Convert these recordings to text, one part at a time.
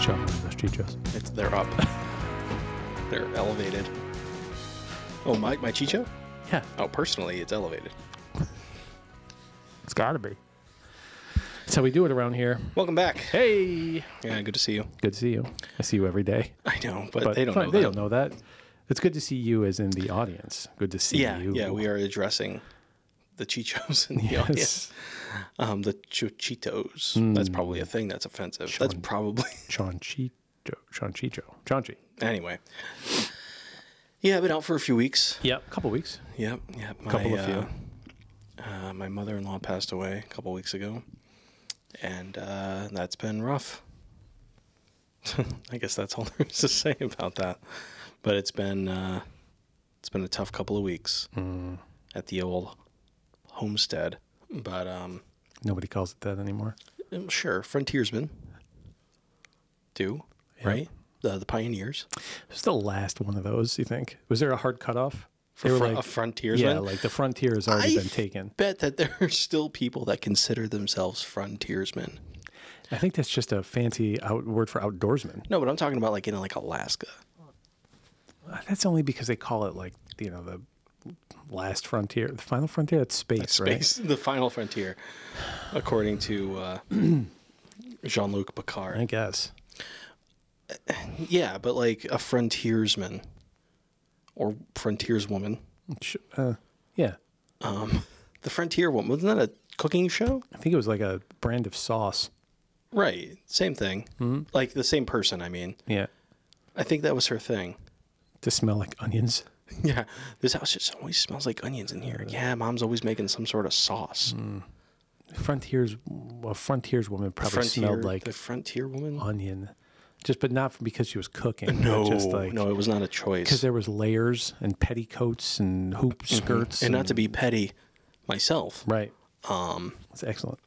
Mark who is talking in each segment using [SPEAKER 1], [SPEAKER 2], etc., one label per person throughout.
[SPEAKER 1] shopping in the street, Jess.
[SPEAKER 2] It's, they're up. they're elevated. Oh, my, my chicho?
[SPEAKER 1] Yeah,
[SPEAKER 2] Oh, personally, it's elevated.
[SPEAKER 1] it's got to be. That's how we do it around here.
[SPEAKER 2] Welcome back.
[SPEAKER 1] Hey,
[SPEAKER 2] Yeah, good to see you.
[SPEAKER 1] good to see you. I see you every day,
[SPEAKER 2] I know, but,
[SPEAKER 1] but
[SPEAKER 2] they don't
[SPEAKER 1] fine,
[SPEAKER 2] know.
[SPEAKER 1] They
[SPEAKER 2] that.
[SPEAKER 1] don't know that. It's good to see you as in the audience. Good to see
[SPEAKER 2] Yeah,
[SPEAKER 1] you.
[SPEAKER 2] yeah, we are addressing the chichos in the audience. Um, the chuchitos.
[SPEAKER 1] Hmm.
[SPEAKER 2] That's probably a thing that's offensive. That's probably
[SPEAKER 1] Chanchicho, Chanchicho, Chanchi.
[SPEAKER 2] anyway. Yeah, I've been out for a few weeks.
[SPEAKER 1] Yep, a couple weeks.
[SPEAKER 2] Yep, yep. My,
[SPEAKER 1] Couple of
[SPEAKER 2] uh, uh, my mother-in-law passed away a couple weeks ago, and uh, that's been rough. I guess that's all there is to say about that. But it's been uh, it's been a tough couple of weeks
[SPEAKER 1] Mm.
[SPEAKER 2] at the old homestead. But um,
[SPEAKER 1] Nobody calls it that anymore.
[SPEAKER 2] um, sure, frontiersmen do right. The the pioneers
[SPEAKER 1] Who's the last one of those? You think was there a hard cutoff?
[SPEAKER 2] for
[SPEAKER 1] They were
[SPEAKER 2] fr-
[SPEAKER 1] like-
[SPEAKER 2] a frontiersman.
[SPEAKER 1] yeah, like the frontier has already
[SPEAKER 2] I
[SPEAKER 1] been taken.
[SPEAKER 2] bet that there are still people that consider themselves frontiersmen.
[SPEAKER 1] I think that's just a fancy out word for outdoorsman.
[SPEAKER 2] No, but I'm talking about like in like Alaska.
[SPEAKER 1] Uh, That's only because they call it like you know the last frontier, the final frontier. That's space, right?
[SPEAKER 2] Space, the final frontier, according to uh, Jean Luc Picard.
[SPEAKER 1] I guess.
[SPEAKER 2] Yeah, but like a frontiersman or frontierswoman.
[SPEAKER 1] Sh- Uh, yeah,
[SPEAKER 2] The frontier woman, wasn't that a cooking show?
[SPEAKER 1] I think it was like a brand of sauce.
[SPEAKER 2] Right. Same thing.
[SPEAKER 1] Mm-hmm.
[SPEAKER 2] Like the same person, I mean.
[SPEAKER 1] Yeah,
[SPEAKER 2] I think that was her thing.
[SPEAKER 1] to smell like onions.
[SPEAKER 2] Yeah. This house just always smells like onions in here. Yeah, mom's always making some sort of sauce.
[SPEAKER 1] Frontiers, well, frontiers woman probably smelled like
[SPEAKER 2] the frontier woman?
[SPEAKER 1] onion, just but not because she was cooking. but
[SPEAKER 2] no,
[SPEAKER 1] just like
[SPEAKER 2] no, it was not a
[SPEAKER 1] because
[SPEAKER 2] choice.
[SPEAKER 1] there was layers and petticoats and hoop skirts
[SPEAKER 2] Mm-hmm. And not to be petty myself,
[SPEAKER 1] right. Um, it's excellent.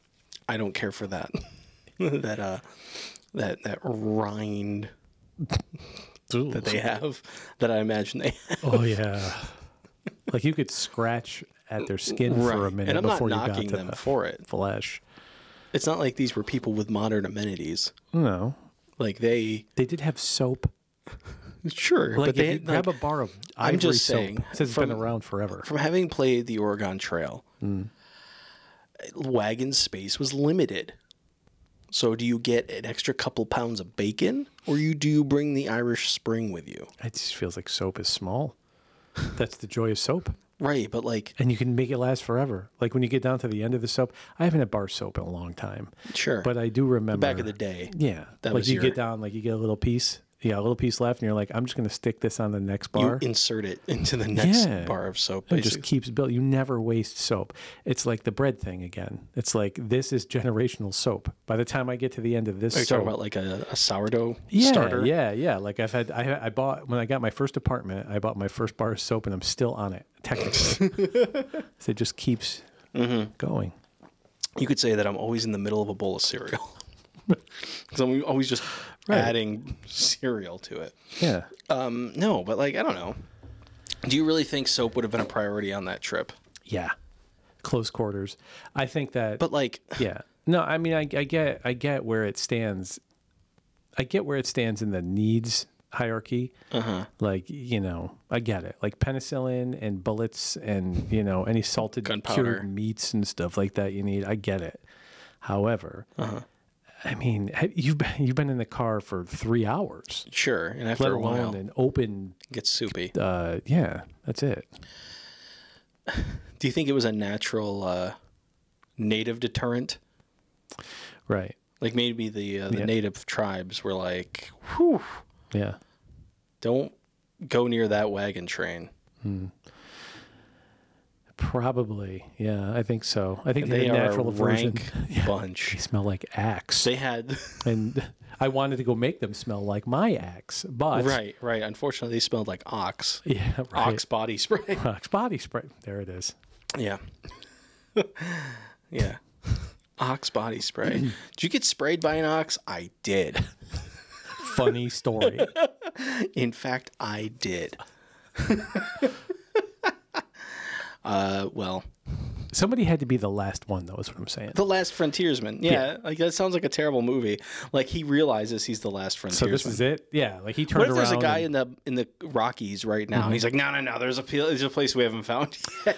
[SPEAKER 2] I don't care for that. that uh that that rind that they have that I imagine they have.
[SPEAKER 1] Oh yeah, like you could scratch at their skin for a minute
[SPEAKER 2] and I'm not
[SPEAKER 1] before you got
[SPEAKER 2] knocking
[SPEAKER 1] to
[SPEAKER 2] them
[SPEAKER 1] the
[SPEAKER 2] for it.
[SPEAKER 1] flesh.
[SPEAKER 2] It's not like these were people with modern amenities.
[SPEAKER 1] No,
[SPEAKER 2] Like they
[SPEAKER 1] they did have soap.
[SPEAKER 2] sure,
[SPEAKER 1] Like
[SPEAKER 2] but
[SPEAKER 1] if
[SPEAKER 2] they
[SPEAKER 1] you grab a bar of
[SPEAKER 2] I'm
[SPEAKER 1] ivory
[SPEAKER 2] just
[SPEAKER 1] soap,
[SPEAKER 2] saying,
[SPEAKER 1] it says it's been
[SPEAKER 2] from-
[SPEAKER 1] around forever.
[SPEAKER 2] from having played the Oregon Trail,
[SPEAKER 1] Mm.
[SPEAKER 2] wagon space was limited. So do you get an extra couple pounds of bacon, or you do you bring the Irish Spring with you?
[SPEAKER 1] It just feels like soap is small. That's the joy of soap,
[SPEAKER 2] Right, but like
[SPEAKER 1] and you can make it last forever. Like when you get down to the end of the soap, I haven't had bar soap in a long time,
[SPEAKER 2] sure,
[SPEAKER 1] but I do remember
[SPEAKER 2] back in the day,
[SPEAKER 1] Yeah,
[SPEAKER 2] That
[SPEAKER 1] like
[SPEAKER 2] was
[SPEAKER 1] you
[SPEAKER 2] your-
[SPEAKER 1] get down, like you get a little piece. Yeah, a little piece left, and you're like, I'm just gonna stick this on the next bar.
[SPEAKER 2] you insert it into the next
[SPEAKER 1] Yeah.
[SPEAKER 2] bar of soap.
[SPEAKER 1] It just
[SPEAKER 2] basically.
[SPEAKER 1] keeps building. You never waste soap. It's like the bread thing again. It's like this is generational soap. By the time I get to the end of this
[SPEAKER 2] Are you
[SPEAKER 1] soap,
[SPEAKER 2] talking about like a, a sourdough
[SPEAKER 1] yeah,
[SPEAKER 2] starter?
[SPEAKER 1] yeah, yeah. Like I've had, I, I bought when I got my first apartment, I bought my first bar of soap, and I'm still on it technically. so it just keeps
[SPEAKER 2] Mm-hmm.
[SPEAKER 1] going.
[SPEAKER 2] You could say that I'm always in the middle of a bowl of cereal because I'm always just
[SPEAKER 1] Right.
[SPEAKER 2] adding cereal to it.
[SPEAKER 1] Yeah,
[SPEAKER 2] Um, no, but like I don't know. Do you really think soap would have been a priority on that trip?
[SPEAKER 1] yeah. Close quarters. I think that.
[SPEAKER 2] But like,
[SPEAKER 1] yeah no i mean I, I get i get where it stands i get where it stands in the needs hierarchy uh-huh. like you know i get it like penicillin and bullets and you know any salted
[SPEAKER 2] Gunpowder.
[SPEAKER 1] cured meats and stuff like that you need i get it however
[SPEAKER 2] Uh-huh.
[SPEAKER 1] i mean ha- you've been, you've been in the car for three hours
[SPEAKER 2] sure, and after
[SPEAKER 1] let
[SPEAKER 2] a while,
[SPEAKER 1] alone
[SPEAKER 2] it
[SPEAKER 1] an open
[SPEAKER 2] gets soupy.
[SPEAKER 1] uh yeah that's it
[SPEAKER 2] Do you think it was a natural uh, native deterrent?
[SPEAKER 1] right
[SPEAKER 2] Like maybe the uh, the
[SPEAKER 1] Yeah.
[SPEAKER 2] native tribes were like,
[SPEAKER 1] yeah
[SPEAKER 2] don't go near that wagon train.
[SPEAKER 1] probably yeah i think so i think
[SPEAKER 2] They
[SPEAKER 1] the
[SPEAKER 2] are
[SPEAKER 1] natural
[SPEAKER 2] a
[SPEAKER 1] aversion
[SPEAKER 2] rank bunch.
[SPEAKER 1] they smell like axe
[SPEAKER 2] They had
[SPEAKER 1] and I wanted to go make them smell like my axe, but
[SPEAKER 2] right, right. Unfortunately, they smelled like ox,
[SPEAKER 1] yeah, right.
[SPEAKER 2] ox body spray.
[SPEAKER 1] Ox body spray. There it is.
[SPEAKER 2] yeah, yeah, ox body spray. did you get sprayed by an ox? I did.
[SPEAKER 1] Funny story.
[SPEAKER 2] In fact, I did. uh, well,
[SPEAKER 1] Somebody had to be the last one, though. Is what I'm saying.
[SPEAKER 2] The Last Frontiersman. Yeah, like that sounds like a terrible movie. Like he realizes he's the last
[SPEAKER 1] So
[SPEAKER 2] frontiersman.
[SPEAKER 1] this is it. Yeah, like he turned
[SPEAKER 2] what if there's a
[SPEAKER 1] around
[SPEAKER 2] guy
[SPEAKER 1] and-
[SPEAKER 2] in the in the Rockies right
[SPEAKER 1] Mm-hmm.
[SPEAKER 2] now? He's like, no, no, no. There's a pl- there's a place we haven't found.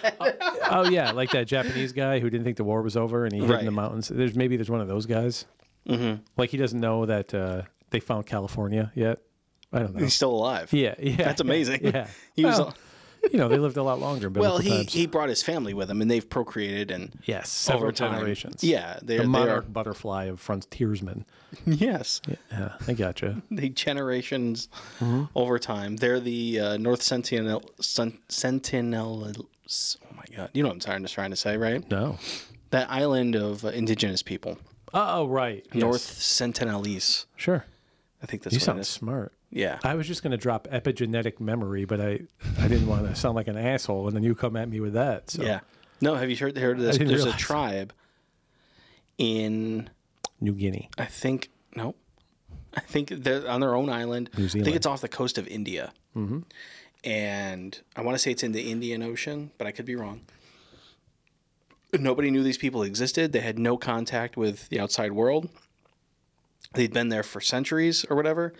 [SPEAKER 1] oh yeah, like that Japanese guy who didn't think the war was over and he hid
[SPEAKER 2] Right.
[SPEAKER 1] in the mountains. There's maybe there's one of those guys. Mm-hmm. Like he doesn't know that uh, they found California yet. I don't know.
[SPEAKER 2] he's still alive.
[SPEAKER 1] Yeah, yeah.
[SPEAKER 2] That's amazing.
[SPEAKER 1] Yeah,
[SPEAKER 2] He was.
[SPEAKER 1] Well, you know, they lived a lot longer. In
[SPEAKER 2] well,
[SPEAKER 1] biblical
[SPEAKER 2] he,
[SPEAKER 1] times.
[SPEAKER 2] he brought his family with him, and they've procreated and
[SPEAKER 1] yes, several
[SPEAKER 2] over time,
[SPEAKER 1] generations.
[SPEAKER 2] Yeah, they're,
[SPEAKER 1] the
[SPEAKER 2] they
[SPEAKER 1] monarch
[SPEAKER 2] are
[SPEAKER 1] butterfly of frontiersmen.
[SPEAKER 2] yes,
[SPEAKER 1] Yeah, I gotcha.
[SPEAKER 2] the generations
[SPEAKER 1] Mm-hmm.
[SPEAKER 2] over time. They're the uh, North Sentinel Sen- Sentinels. Oh my God, you know what I'm trying to trying to say, right?
[SPEAKER 1] No.
[SPEAKER 2] That island of uh, indigenous people,
[SPEAKER 1] Oh, right. Yes.
[SPEAKER 2] North Sentinelese.
[SPEAKER 1] Sure.
[SPEAKER 2] I think that's
[SPEAKER 1] You
[SPEAKER 2] what it
[SPEAKER 1] sound
[SPEAKER 2] is.
[SPEAKER 1] smart.
[SPEAKER 2] Yeah.
[SPEAKER 1] I was just going to drop epigenetic memory, but I, I didn't want to sound like an asshole, and then you come at me with that. So.
[SPEAKER 2] Yeah. No, have you heard, heard of this?
[SPEAKER 1] didn't
[SPEAKER 2] There's a
[SPEAKER 1] realize.
[SPEAKER 2] tribe in,
[SPEAKER 1] New Guinea.
[SPEAKER 2] I think, no, I think they're on their own island.
[SPEAKER 1] New
[SPEAKER 2] I
[SPEAKER 1] Zealand. Mm-hmm.
[SPEAKER 2] think it's off the coast of India. And I want to say it's in the Indian Ocean, but I could be wrong. Nobody knew these people existed. They had no contact with the outside world. They'd been there for centuries or whatever.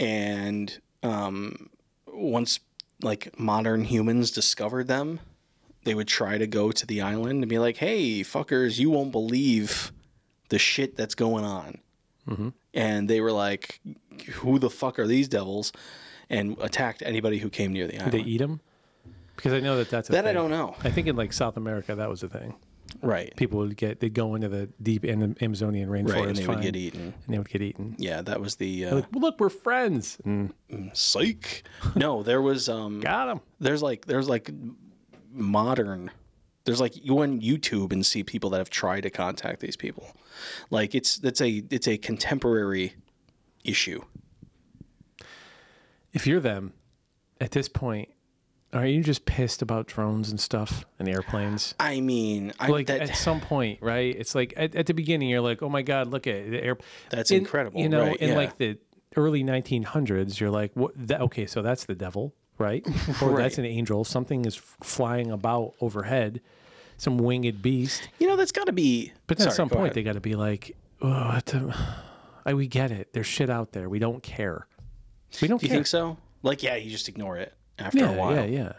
[SPEAKER 2] And um, once like modern humans discovered them, they would try to go to the island and be like, "Hey, fuckers, you won't believe the shit that's going on." Mm-hmm. And they were like, "Who the fuck are these devils?" And attacked anybody who came near the island.
[SPEAKER 1] They eat them? Because I know that that's a
[SPEAKER 2] That I
[SPEAKER 1] thing.
[SPEAKER 2] don't know.
[SPEAKER 1] I think in like South America that was a thing.
[SPEAKER 2] Right.
[SPEAKER 1] People would get they would go into the deep Am- Amazonian rainforest,
[SPEAKER 2] Right. And they would
[SPEAKER 1] find-
[SPEAKER 2] get eaten.
[SPEAKER 1] and they would get eaten.
[SPEAKER 2] Yeah, that was the uh,
[SPEAKER 1] Like, well, look, we're friends. Mm,
[SPEAKER 2] psych. No, there was um,
[SPEAKER 1] got them.
[SPEAKER 2] there's like there's like modern there's like you go on YouTube and see people that have tried to contact these people. Like it's that's a it's a contemporary issue.
[SPEAKER 1] If you're them, at this point, are you just pissed about drones and stuff and airplanes?
[SPEAKER 2] I mean, I
[SPEAKER 1] Like
[SPEAKER 2] that
[SPEAKER 1] at some point, right? It's like at, at the beginning, you're like, oh my god, look at the air.
[SPEAKER 2] That's
[SPEAKER 1] In-
[SPEAKER 2] incredible,
[SPEAKER 1] You know,
[SPEAKER 2] right,
[SPEAKER 1] in
[SPEAKER 2] yeah.
[SPEAKER 1] like the early 1900s, you're like, what? That, okay, so that's the devil, right? Or that's an angel. Something is flying about overhead, some winged beast.
[SPEAKER 2] you know that's got to be
[SPEAKER 1] But then
[SPEAKER 2] Sorry,
[SPEAKER 1] at some
[SPEAKER 2] go
[SPEAKER 1] point,
[SPEAKER 2] ahead.
[SPEAKER 1] they got to be like, oh, what the- I, we get it. There's shit out there. We don't care. We don't
[SPEAKER 2] do you
[SPEAKER 1] care.
[SPEAKER 2] think so? Like yeah, you just ignore it after
[SPEAKER 1] yeah,
[SPEAKER 2] a while.
[SPEAKER 1] yeah, yeah,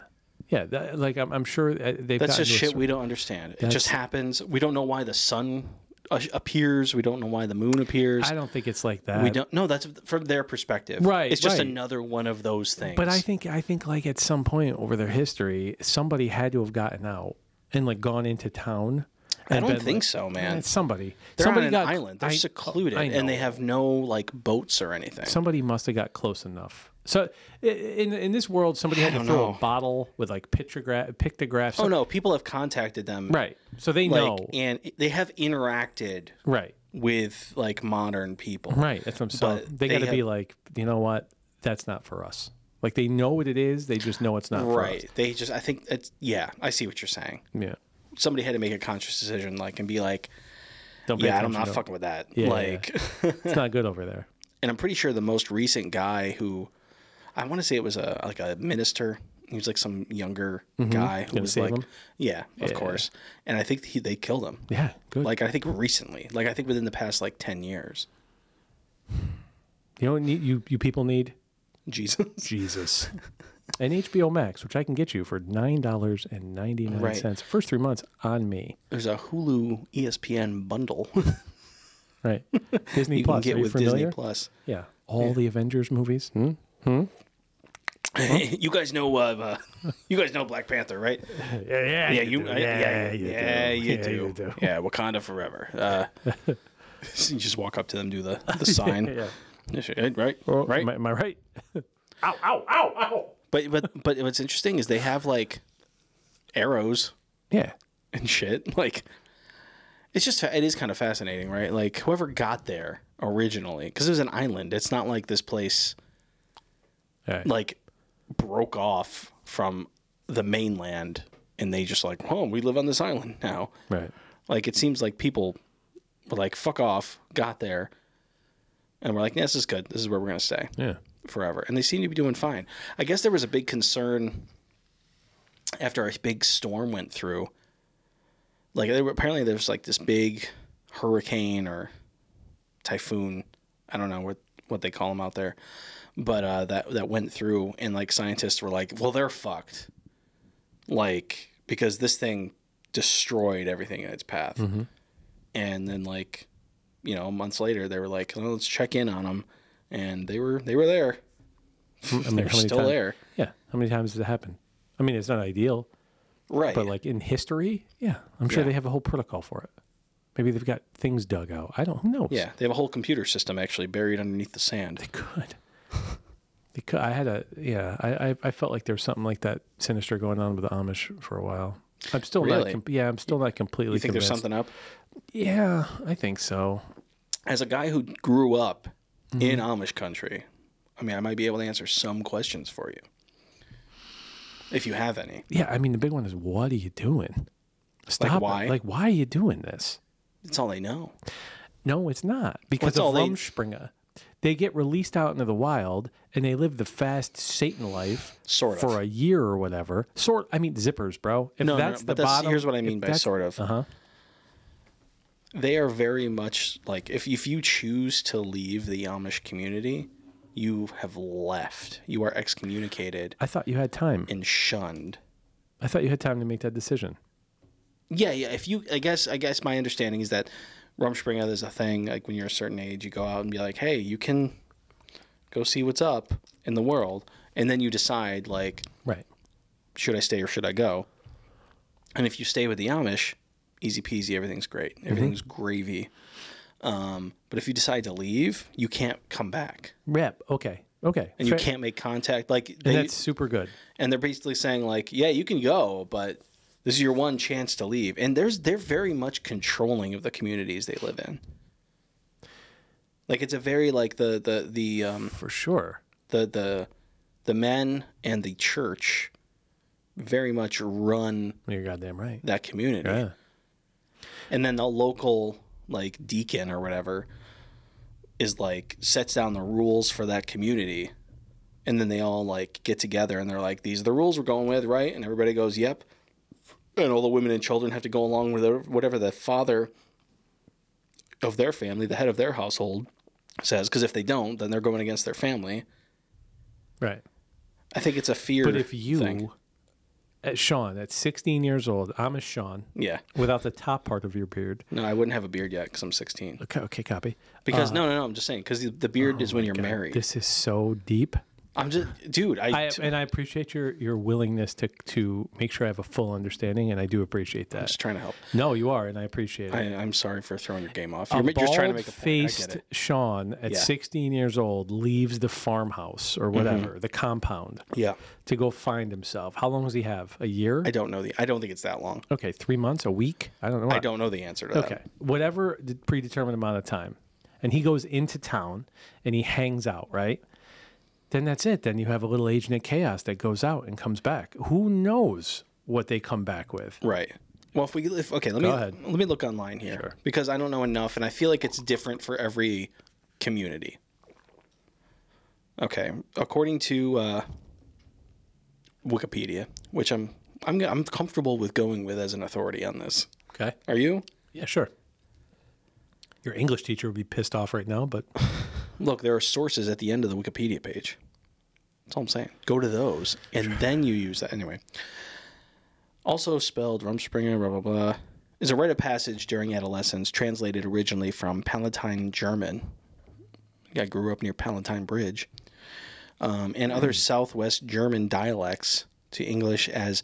[SPEAKER 1] yeah. That, like I'm, I'm sure uh, they've.
[SPEAKER 2] That's
[SPEAKER 1] gotten
[SPEAKER 2] just
[SPEAKER 1] to a
[SPEAKER 2] shit
[SPEAKER 1] cer-
[SPEAKER 2] we don't understand. It just happens. We don't know why the sun uh, appears. We don't know why the moon appears.
[SPEAKER 1] I don't think it's like that.
[SPEAKER 2] we don't. No, that's from their perspective.
[SPEAKER 1] Right,
[SPEAKER 2] It's just
[SPEAKER 1] right.
[SPEAKER 2] another one of those things.
[SPEAKER 1] But I think I think like at some point over their history, somebody had to have gotten out and like gone into town.
[SPEAKER 2] I
[SPEAKER 1] and
[SPEAKER 2] don't
[SPEAKER 1] been
[SPEAKER 2] think
[SPEAKER 1] like,
[SPEAKER 2] so,
[SPEAKER 1] "Eh,
[SPEAKER 2] man.
[SPEAKER 1] it's somebody.
[SPEAKER 2] They're
[SPEAKER 1] somebody
[SPEAKER 2] on an
[SPEAKER 1] got,
[SPEAKER 2] island. They're
[SPEAKER 1] I-
[SPEAKER 2] secluded
[SPEAKER 1] I
[SPEAKER 2] and they
[SPEAKER 1] know.
[SPEAKER 2] have no like boats or anything.
[SPEAKER 1] Somebody must have got close enough. So i- in in this world, somebody had to
[SPEAKER 2] don't
[SPEAKER 1] throw
[SPEAKER 2] know.
[SPEAKER 1] a bottle with like pictogra- pictographs.
[SPEAKER 2] oh no, people have contacted them.
[SPEAKER 1] Right. So they
[SPEAKER 2] Like,
[SPEAKER 1] know.
[SPEAKER 2] and they have interacted
[SPEAKER 1] Right.
[SPEAKER 2] with like modern people.
[SPEAKER 1] Right. That's what I'm saying.
[SPEAKER 2] But
[SPEAKER 1] They,
[SPEAKER 2] they
[SPEAKER 1] got to be
[SPEAKER 2] have-
[SPEAKER 1] like, you know what? That's not for us. Like they know what it is. They just know it's not
[SPEAKER 2] Right. They just I think it's yeah, I see what you're saying.
[SPEAKER 1] for us. Yeah.
[SPEAKER 2] Somebody had to make a conscious decision like and be like,
[SPEAKER 1] Don't pay
[SPEAKER 2] yeah, I'm
[SPEAKER 1] attention
[SPEAKER 2] not
[SPEAKER 1] to 'em.
[SPEAKER 2] fucking with that.
[SPEAKER 1] Yeah, yeah,
[SPEAKER 2] like
[SPEAKER 1] It's not good over there.
[SPEAKER 2] and I'm pretty sure the most recent guy who I want to say it was a like a minister. He was like some younger guy who
[SPEAKER 1] Mm-hmm. Gonna
[SPEAKER 2] was
[SPEAKER 1] save
[SPEAKER 2] like,
[SPEAKER 1] him?
[SPEAKER 2] yeah, of course. And I think he, they killed him.
[SPEAKER 1] Yeah. Good.
[SPEAKER 2] Like I think recently, like I think within the past like ten years,
[SPEAKER 1] You know what need, you, you people need?
[SPEAKER 2] Jesus.
[SPEAKER 1] Jesus. and HBO Max, which I can get you for $9.99.
[SPEAKER 2] Right.
[SPEAKER 1] First three months on me.
[SPEAKER 2] There's a Hulu E ESPN bundle
[SPEAKER 1] Right. Disney
[SPEAKER 2] you can
[SPEAKER 1] Plus.
[SPEAKER 2] get
[SPEAKER 1] Are you
[SPEAKER 2] with
[SPEAKER 1] familiar?
[SPEAKER 2] Disney Plus.
[SPEAKER 1] Yeah. All the Avengers movies. Hmm? Uh-huh.
[SPEAKER 2] you guys know, uh, uh, you guys know Black Panther, right?
[SPEAKER 1] Yeah. Yeah.
[SPEAKER 2] Yeah, you, yeah, yeah, yeah, you, do. Yeah,
[SPEAKER 1] you do.
[SPEAKER 2] Wakanda forever. Uh, so you just walk up to them, do the the sign, yeah. right?
[SPEAKER 1] Oh,
[SPEAKER 2] right?
[SPEAKER 1] Am I, am I right?
[SPEAKER 2] But but but what's interesting is they have like arrows
[SPEAKER 1] Yeah.
[SPEAKER 2] and shit. Like it's just it is kind of fascinating, right? Like whoever got there originally, because it was an island. It's not like this place
[SPEAKER 1] All right.
[SPEAKER 2] like broke off from the mainland and they just like, oh, we live on this island now.
[SPEAKER 1] right.
[SPEAKER 2] Like it seems like people were like, fuck off, got there, and we're like, yeah, this is good. This is where we're gonna stay
[SPEAKER 1] Yeah.
[SPEAKER 2] forever, and they seem to be doing fine. I guess there was a big concern after a big storm went through like there, were- apparently there's like this big hurricane or typhoon. I don't know what what they call them out there, but uh, that that went through and like scientists were like, well, they're fucked, like because this thing destroyed everything in its path, and then like you know months later they were like, well, let's check in on them, and they were they were there.
[SPEAKER 1] I mean,
[SPEAKER 2] They're
[SPEAKER 1] how many
[SPEAKER 2] still
[SPEAKER 1] times-
[SPEAKER 2] there.
[SPEAKER 1] Yeah. How many times does it happen? I mean, it's not ideal,
[SPEAKER 2] Right.
[SPEAKER 1] but like in history, yeah, I'm sure
[SPEAKER 2] Yeah.
[SPEAKER 1] they have a whole protocol for it. Maybe they've got things dug out. I don't who knows.
[SPEAKER 2] yeah, they have a whole computer system actually buried underneath the sand.
[SPEAKER 1] Good. Because I had a yeah, I, I I felt like there was something like that sinister going on with the Amish for a while. I'm still not
[SPEAKER 2] Really?
[SPEAKER 1] com- yeah, I'm still not completely
[SPEAKER 2] You think there's
[SPEAKER 1] convinced.
[SPEAKER 2] something up?
[SPEAKER 1] Yeah, I think so.
[SPEAKER 2] As a guy who grew up in
[SPEAKER 1] Mm-hmm.
[SPEAKER 2] Amish country, I mean, I might be able to answer some questions for you. If you have any.
[SPEAKER 1] Yeah, I mean the big one is what are you doing? Stop it.
[SPEAKER 2] why?
[SPEAKER 1] like why are you doing this?
[SPEAKER 2] That's all they know.
[SPEAKER 1] No, it's not because
[SPEAKER 2] it's all
[SPEAKER 1] of
[SPEAKER 2] they-
[SPEAKER 1] Rumspringa. They get released out into the wild and they live the fast Satan life
[SPEAKER 2] Sort of.
[SPEAKER 1] for a year or whatever. Sort, I mean zippers, bro. If
[SPEAKER 2] No, no,
[SPEAKER 1] that's the
[SPEAKER 2] no, but that's-
[SPEAKER 1] bottom,
[SPEAKER 2] here's what I mean by sort of.
[SPEAKER 1] Uh huh.
[SPEAKER 2] They are very much like if if you choose to leave the Amish community, you have left. You are excommunicated
[SPEAKER 1] I thought you had time.
[SPEAKER 2] and shunned.
[SPEAKER 1] I thought you had time to make that decision.
[SPEAKER 2] Yeah, yeah. If you, I guess, I guess my understanding is that Rumspringa is a thing. Like when you're a certain age, you go out and be like, hey, you can go see what's up in the world, and then you decide like,
[SPEAKER 1] Right.
[SPEAKER 2] should I stay or should I go? And if you stay with the Amish, easy peasy, everything's great,
[SPEAKER 1] Mm-hmm.
[SPEAKER 2] everything's gravy. Um, but if you decide to leave, you can't come back,
[SPEAKER 1] Rep. Okay. Okay.
[SPEAKER 2] and
[SPEAKER 1] Fair-
[SPEAKER 2] you can't make contact. Like
[SPEAKER 1] And
[SPEAKER 2] they,
[SPEAKER 1] that's super good.
[SPEAKER 2] and they're basically saying like, yeah, you can go, but this is your one chance to leave. And there's they're very much controlling of the communities they live in. Like it's a very like the the the um
[SPEAKER 1] For sure.
[SPEAKER 2] the the the men and the church very much run
[SPEAKER 1] You're goddamn right.
[SPEAKER 2] that community.
[SPEAKER 1] Yeah.
[SPEAKER 2] And then the local like deacon or whatever is like sets down the rules for that community. And then they all like get together and they're like, these are the rules we're going with, right? And everybody goes, yep. And all the women and children have to go along with whatever- whatever the father of their family, the head of their household, says. Because if they don't, then they're going against their family.
[SPEAKER 1] Right.
[SPEAKER 2] I think it's a fear.
[SPEAKER 1] But if you,
[SPEAKER 2] thing.
[SPEAKER 1] at Sean, at 16 years old, I'm a Sean
[SPEAKER 2] yeah,
[SPEAKER 1] without the top part of your beard.
[SPEAKER 2] no, I wouldn't have a beard yet because I'm 16.
[SPEAKER 1] Okay. Okay. Copy.
[SPEAKER 2] Because no, no, no, I'm just saying because the, the beard is when you're
[SPEAKER 1] Uh-huh. Oh God,
[SPEAKER 2] married.
[SPEAKER 1] This is so deep.
[SPEAKER 2] I'm just, dude. I,
[SPEAKER 1] I, and I appreciate your, your willingness to, to make sure I have a full understanding, and I do appreciate
[SPEAKER 2] I'm
[SPEAKER 1] that.
[SPEAKER 2] just trying to help.
[SPEAKER 1] No, you are, and I appreciate it.
[SPEAKER 2] I, I'm sorry for throwing your game off. You're, ma- you're just trying to make a point. I get
[SPEAKER 1] faced
[SPEAKER 2] it.
[SPEAKER 1] Sean at
[SPEAKER 2] Yeah. Mm-hmm.
[SPEAKER 1] 16 years old leaves the farmhouse or whatever, the compound,
[SPEAKER 2] Yeah,
[SPEAKER 1] to go find himself. How long does he have? A year?
[SPEAKER 2] I don't know the. I don't think it's that long.
[SPEAKER 1] okay, three months, a week? I don't know.
[SPEAKER 2] I don't know the answer to that.
[SPEAKER 1] Uh, Okay, whatever the predetermined amount of time. And he goes into town and he hangs out, right? Then that's it. Then you have a little agent of chaos that goes out and comes back. Who knows what they come back with?
[SPEAKER 2] Right. Well, if we if, okay, let me
[SPEAKER 1] ahead.
[SPEAKER 2] let me look online here because I don't know enough, and I feel like it's different for every community. Okay, according to uh, Wikipedia, which I'm I'm I'm comfortable with going with as an authority on this.
[SPEAKER 1] Okay.
[SPEAKER 2] Are you?
[SPEAKER 1] Yeah, sure. Your English teacher would be pissed off right now, but
[SPEAKER 2] Look, there are sources at the end of the Wikipedia page. That's all I'm saying. Go to those, and then you use that anyway. Also spelled Rumspringer, blah blah blah, is a rite of passage during adolescence, translated originally from Palatine German. I grew up near Palatine Bridge, um, and other Southwest German dialects to English as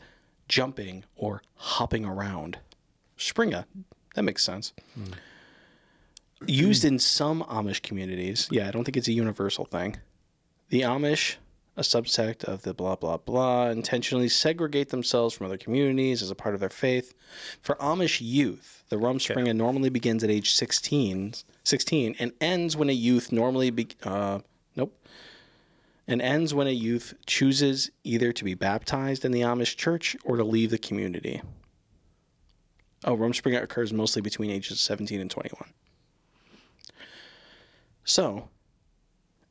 [SPEAKER 2] jumping or hopping around. Springer, that makes sense used in some Amish communities. Yeah, I don't think it's a universal thing. The Amish, a subsect of the blah blah blah, intentionally segregate themselves from other communities as a part of their faith. For Amish youth, the Rumspringa normally begins at age 16, 16 and ends when a youth normally be, uh, nope. And ends when a youth chooses either to be baptized in the Amish church or to leave the community. Oh, Rumspringa occurs mostly between ages 17 and 21. So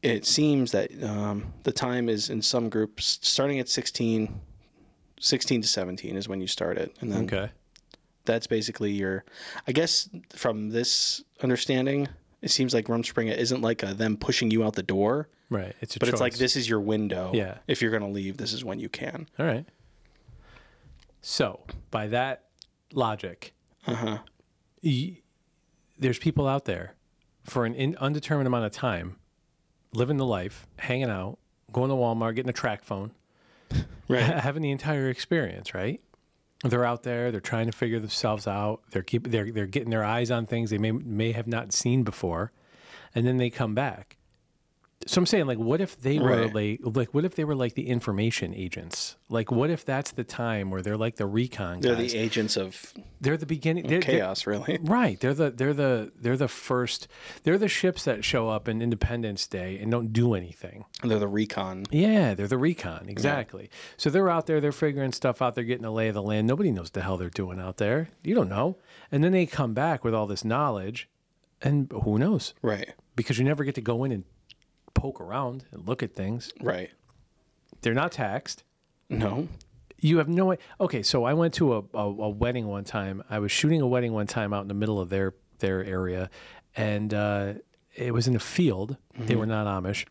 [SPEAKER 2] it seems that um, the time is in some groups starting at 16, 16 to 17 is when you start it. And then
[SPEAKER 1] okay.
[SPEAKER 2] that's basically your. I guess from this understanding, it seems like Rumspringa isn't like a, them pushing you out the door,
[SPEAKER 1] Right. It's a
[SPEAKER 2] but it's like
[SPEAKER 1] choice.
[SPEAKER 2] this is your window.
[SPEAKER 1] Yeah.
[SPEAKER 2] If you're gonna leave, this is when you can.
[SPEAKER 1] All right. So by that logic,
[SPEAKER 2] Uh huh.
[SPEAKER 1] y- there's people out there for an in- undetermined amount of time, living the life, hanging out, going to Walmart, getting a track phone,
[SPEAKER 2] Right.
[SPEAKER 1] having the entire experience, right? They're out there. They're trying to figure themselves out. They're keep they're they're getting their eyes on things they may may have not seen before, and then they come back. So I'm saying, like, what if they were like, like, what if they were like the information agents? Like, what if that's the time where they're like the recon
[SPEAKER 2] They're
[SPEAKER 1] guys?
[SPEAKER 2] the agents of
[SPEAKER 1] they're the beginning. They're, they're-
[SPEAKER 2] chaos, really.
[SPEAKER 1] Right. They're the they're the they're the first they're the ships that show up in Independence Day and don't do anything.
[SPEAKER 2] They're the recon.
[SPEAKER 1] Yeah, they're the recon. Exactly. So they're out there, they're figuring stuff out, they're getting the lay of the land. Nobody knows what the hell they're doing out there. You don't know. And then they come back with all this knowledge and who knows?
[SPEAKER 2] Right.
[SPEAKER 1] Because you never get to go in and poke around and look at things.
[SPEAKER 2] Right.
[SPEAKER 1] They're not taxed.
[SPEAKER 2] No.
[SPEAKER 1] You have no okay, so I went to a, a, a wedding one time. I was shooting a wedding one time out in the middle of their their area and uh, it was in a field. They were not Amish.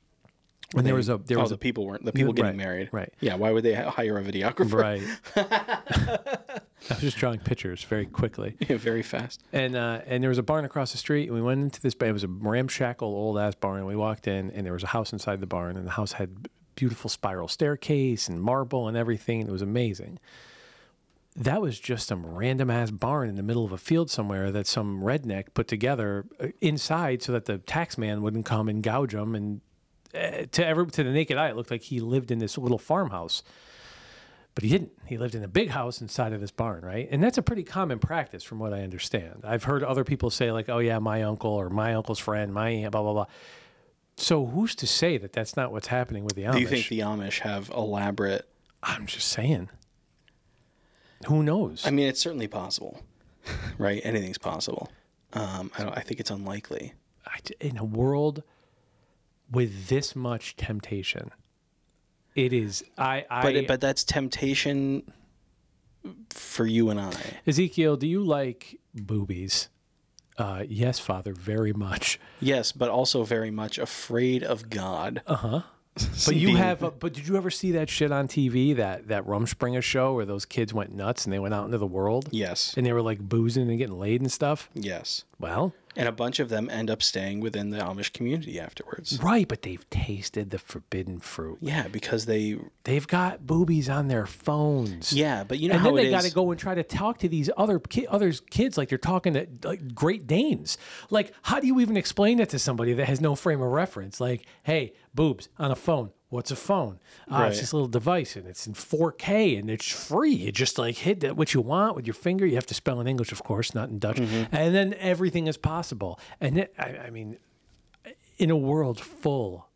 [SPEAKER 1] And there was a there
[SPEAKER 2] oh,
[SPEAKER 1] was
[SPEAKER 2] the people weren't the people getting
[SPEAKER 1] right,
[SPEAKER 2] married.
[SPEAKER 1] right.
[SPEAKER 2] Yeah. Why would they h- hire a videographer
[SPEAKER 1] Right. I was just drawing pictures very quickly,
[SPEAKER 2] very fast?
[SPEAKER 1] and uh, and there was a barn across the street, and we went into this. It was a ramshackle old ass barn. And we walked in, and there was a house inside the barn, and the house had beautiful spiral staircase and marble and everything. and It was amazing. That was just some random ass barn in the middle of a field somewhere that some redneck put together uh, inside so that the tax man wouldn't come and gouge him. And uh, to every to the naked eye, it looked like he lived in this little farmhouse but he didn't. He lived in a big house inside of this barn, right? And that's a pretty common practice, from what I understand. I've heard other people say, like, "Oh yeah, my uncle or my uncle's friend, my aunt, blah blah blah." So who's to say that that's not what's happening with the Amish?
[SPEAKER 2] Do you think the Amish have elaborate?
[SPEAKER 1] I'm just saying. Who knows?
[SPEAKER 2] I mean, it's certainly possible, right? Anything's possible. Um, I don't. I think it's unlikely.
[SPEAKER 1] I d in a world with this much temptation, it is. I. I
[SPEAKER 2] But it, but that's temptation for you and I.
[SPEAKER 1] Ezekiel, do you like boobies? Uh, yes, Father, very much.
[SPEAKER 2] Yes, but also very much afraid of God. Uh huh.
[SPEAKER 1] Uh-huh. But you have, a, but did you ever see that shit on TV? That that Rumspringer show where those kids went nuts and they went out into the world
[SPEAKER 2] Yes.
[SPEAKER 1] and they were like boozing and getting laid and stuff.
[SPEAKER 2] Yes.
[SPEAKER 1] Well,
[SPEAKER 2] And a bunch of them end up staying within the Amish community afterwards.
[SPEAKER 1] right, but they've tasted the forbidden fruit.
[SPEAKER 2] Yeah, because they.
[SPEAKER 1] They've got boobies on their phones.
[SPEAKER 2] Yeah, but you know
[SPEAKER 1] And
[SPEAKER 2] how
[SPEAKER 1] then
[SPEAKER 2] it
[SPEAKER 1] they got to
[SPEAKER 2] is.
[SPEAKER 1] go and try to talk to these other ki- other kids like they're talking to like Great Danes. Like, how do you even explain that to somebody that has no frame of reference? Like, hey, boobs on a phone. What's a phone? Ah, It's
[SPEAKER 2] Right.
[SPEAKER 1] this little device and it's in 4K and it's free. You just like hit that what you want with your finger. You have to spell in English, of course, not in Dutch.
[SPEAKER 2] Mm-hmm.
[SPEAKER 1] And then everything is possible. And it, I, I mean, in a world full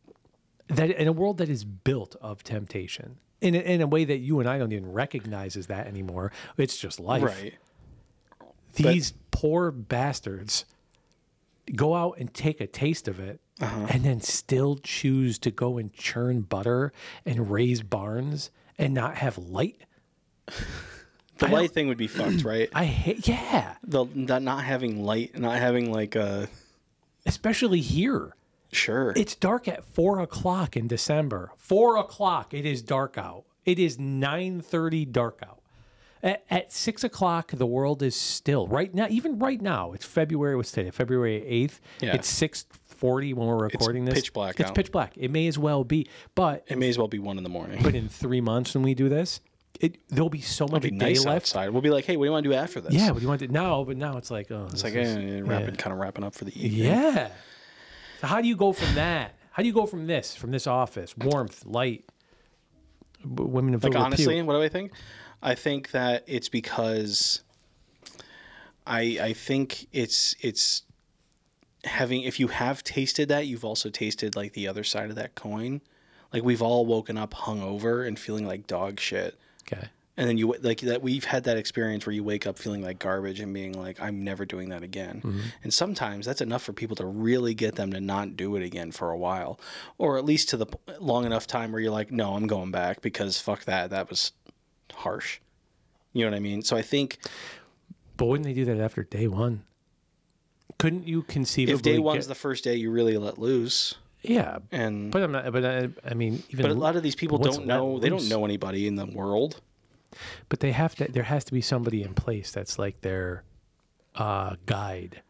[SPEAKER 1] that in a world that is built of temptation in a, in a way that you and I don't even recognize as that anymore. It's just life.
[SPEAKER 2] Right.
[SPEAKER 1] These poor bastards go out and take a taste of it and then still choose to go and churn butter and raise barns and not have light.
[SPEAKER 2] The light thing would be fucked, right?
[SPEAKER 1] I hate, yeah,
[SPEAKER 2] the, the not having light, not having like a
[SPEAKER 1] especially here.
[SPEAKER 2] sure.
[SPEAKER 1] It's dark at four o'clock in December. Four o'clock. It is dark out. It is nine thirty dark out. At, at six o'clock, the world is still right now. Even right now, it's February. What's today? February eighth.
[SPEAKER 2] Yeah.
[SPEAKER 1] It's six forty when we're recording this.
[SPEAKER 2] pitch black
[SPEAKER 1] It's
[SPEAKER 2] out.
[SPEAKER 1] pitch black. It may as well be. But
[SPEAKER 2] it may as well be one in the morning.
[SPEAKER 1] but in three months when we do this, it there'll be so much
[SPEAKER 2] It'd be
[SPEAKER 1] day
[SPEAKER 2] nice
[SPEAKER 1] left.
[SPEAKER 2] outside. We'll be like, hey, what do you want to do after this?
[SPEAKER 1] Yeah. What do you want to now? But now it's like oh,
[SPEAKER 2] It's like eh, wrapping, kind of wrapping up for the evening.
[SPEAKER 1] Yeah. So how do you go from that? How do you go from this, from this office, warmth, light, w- women of
[SPEAKER 2] Like
[SPEAKER 1] Villa
[SPEAKER 2] honestly, what do I think? I think that it's because I I think it's it's having if you have tasted that, you've also tasted like the other side of that coin. Like we've all woken up hungover and feeling like dog shit.
[SPEAKER 1] Okay.
[SPEAKER 2] and then you like that we've had that experience where you wake up feeling like garbage and being like i'm never doing that again
[SPEAKER 1] Mm-hmm.
[SPEAKER 2] and sometimes that's enough for people to really get them to not do it again for a while or at least to the p- long enough time where you're like no i'm going back because fuck that that was harsh you know what i mean so i think
[SPEAKER 1] But wouldn't they do that after day one? Couldn't you conceivably?
[SPEAKER 2] If day
[SPEAKER 1] get-
[SPEAKER 2] one's the first day you really let loose,
[SPEAKER 1] yeah,
[SPEAKER 2] and
[SPEAKER 1] but I'm not. But I, I mean, even
[SPEAKER 2] but a lot of these people
[SPEAKER 1] what's
[SPEAKER 2] don't
[SPEAKER 1] let
[SPEAKER 2] know. They don't
[SPEAKER 1] loose?
[SPEAKER 2] know anybody in the world.
[SPEAKER 1] But they have to. There has to be somebody in place that's like their uh, guide.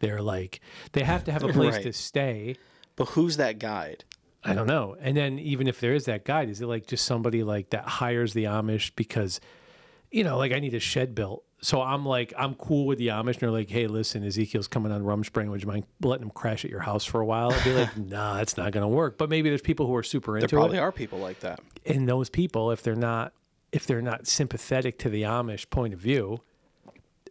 [SPEAKER 1] They're like they have to have a place
[SPEAKER 2] Right.
[SPEAKER 1] to stay.
[SPEAKER 2] But who's that guide?
[SPEAKER 1] I don't know. And then even if there is that guide, is it like just somebody like that hires the Amish because, you know, like I need a shed built. So I'm like I'm cool with the Amish, and they're like, "Hey, listen, Ezekiel's coming on Rumspring. Would you mind letting him crash at your house for a while?" I'd be like, "Nah, that's not gonna work." But maybe there's people who are super
[SPEAKER 2] There
[SPEAKER 1] into it
[SPEAKER 2] probably are people like that.
[SPEAKER 1] and those people if they're not if they're not sympathetic to the Amish point of view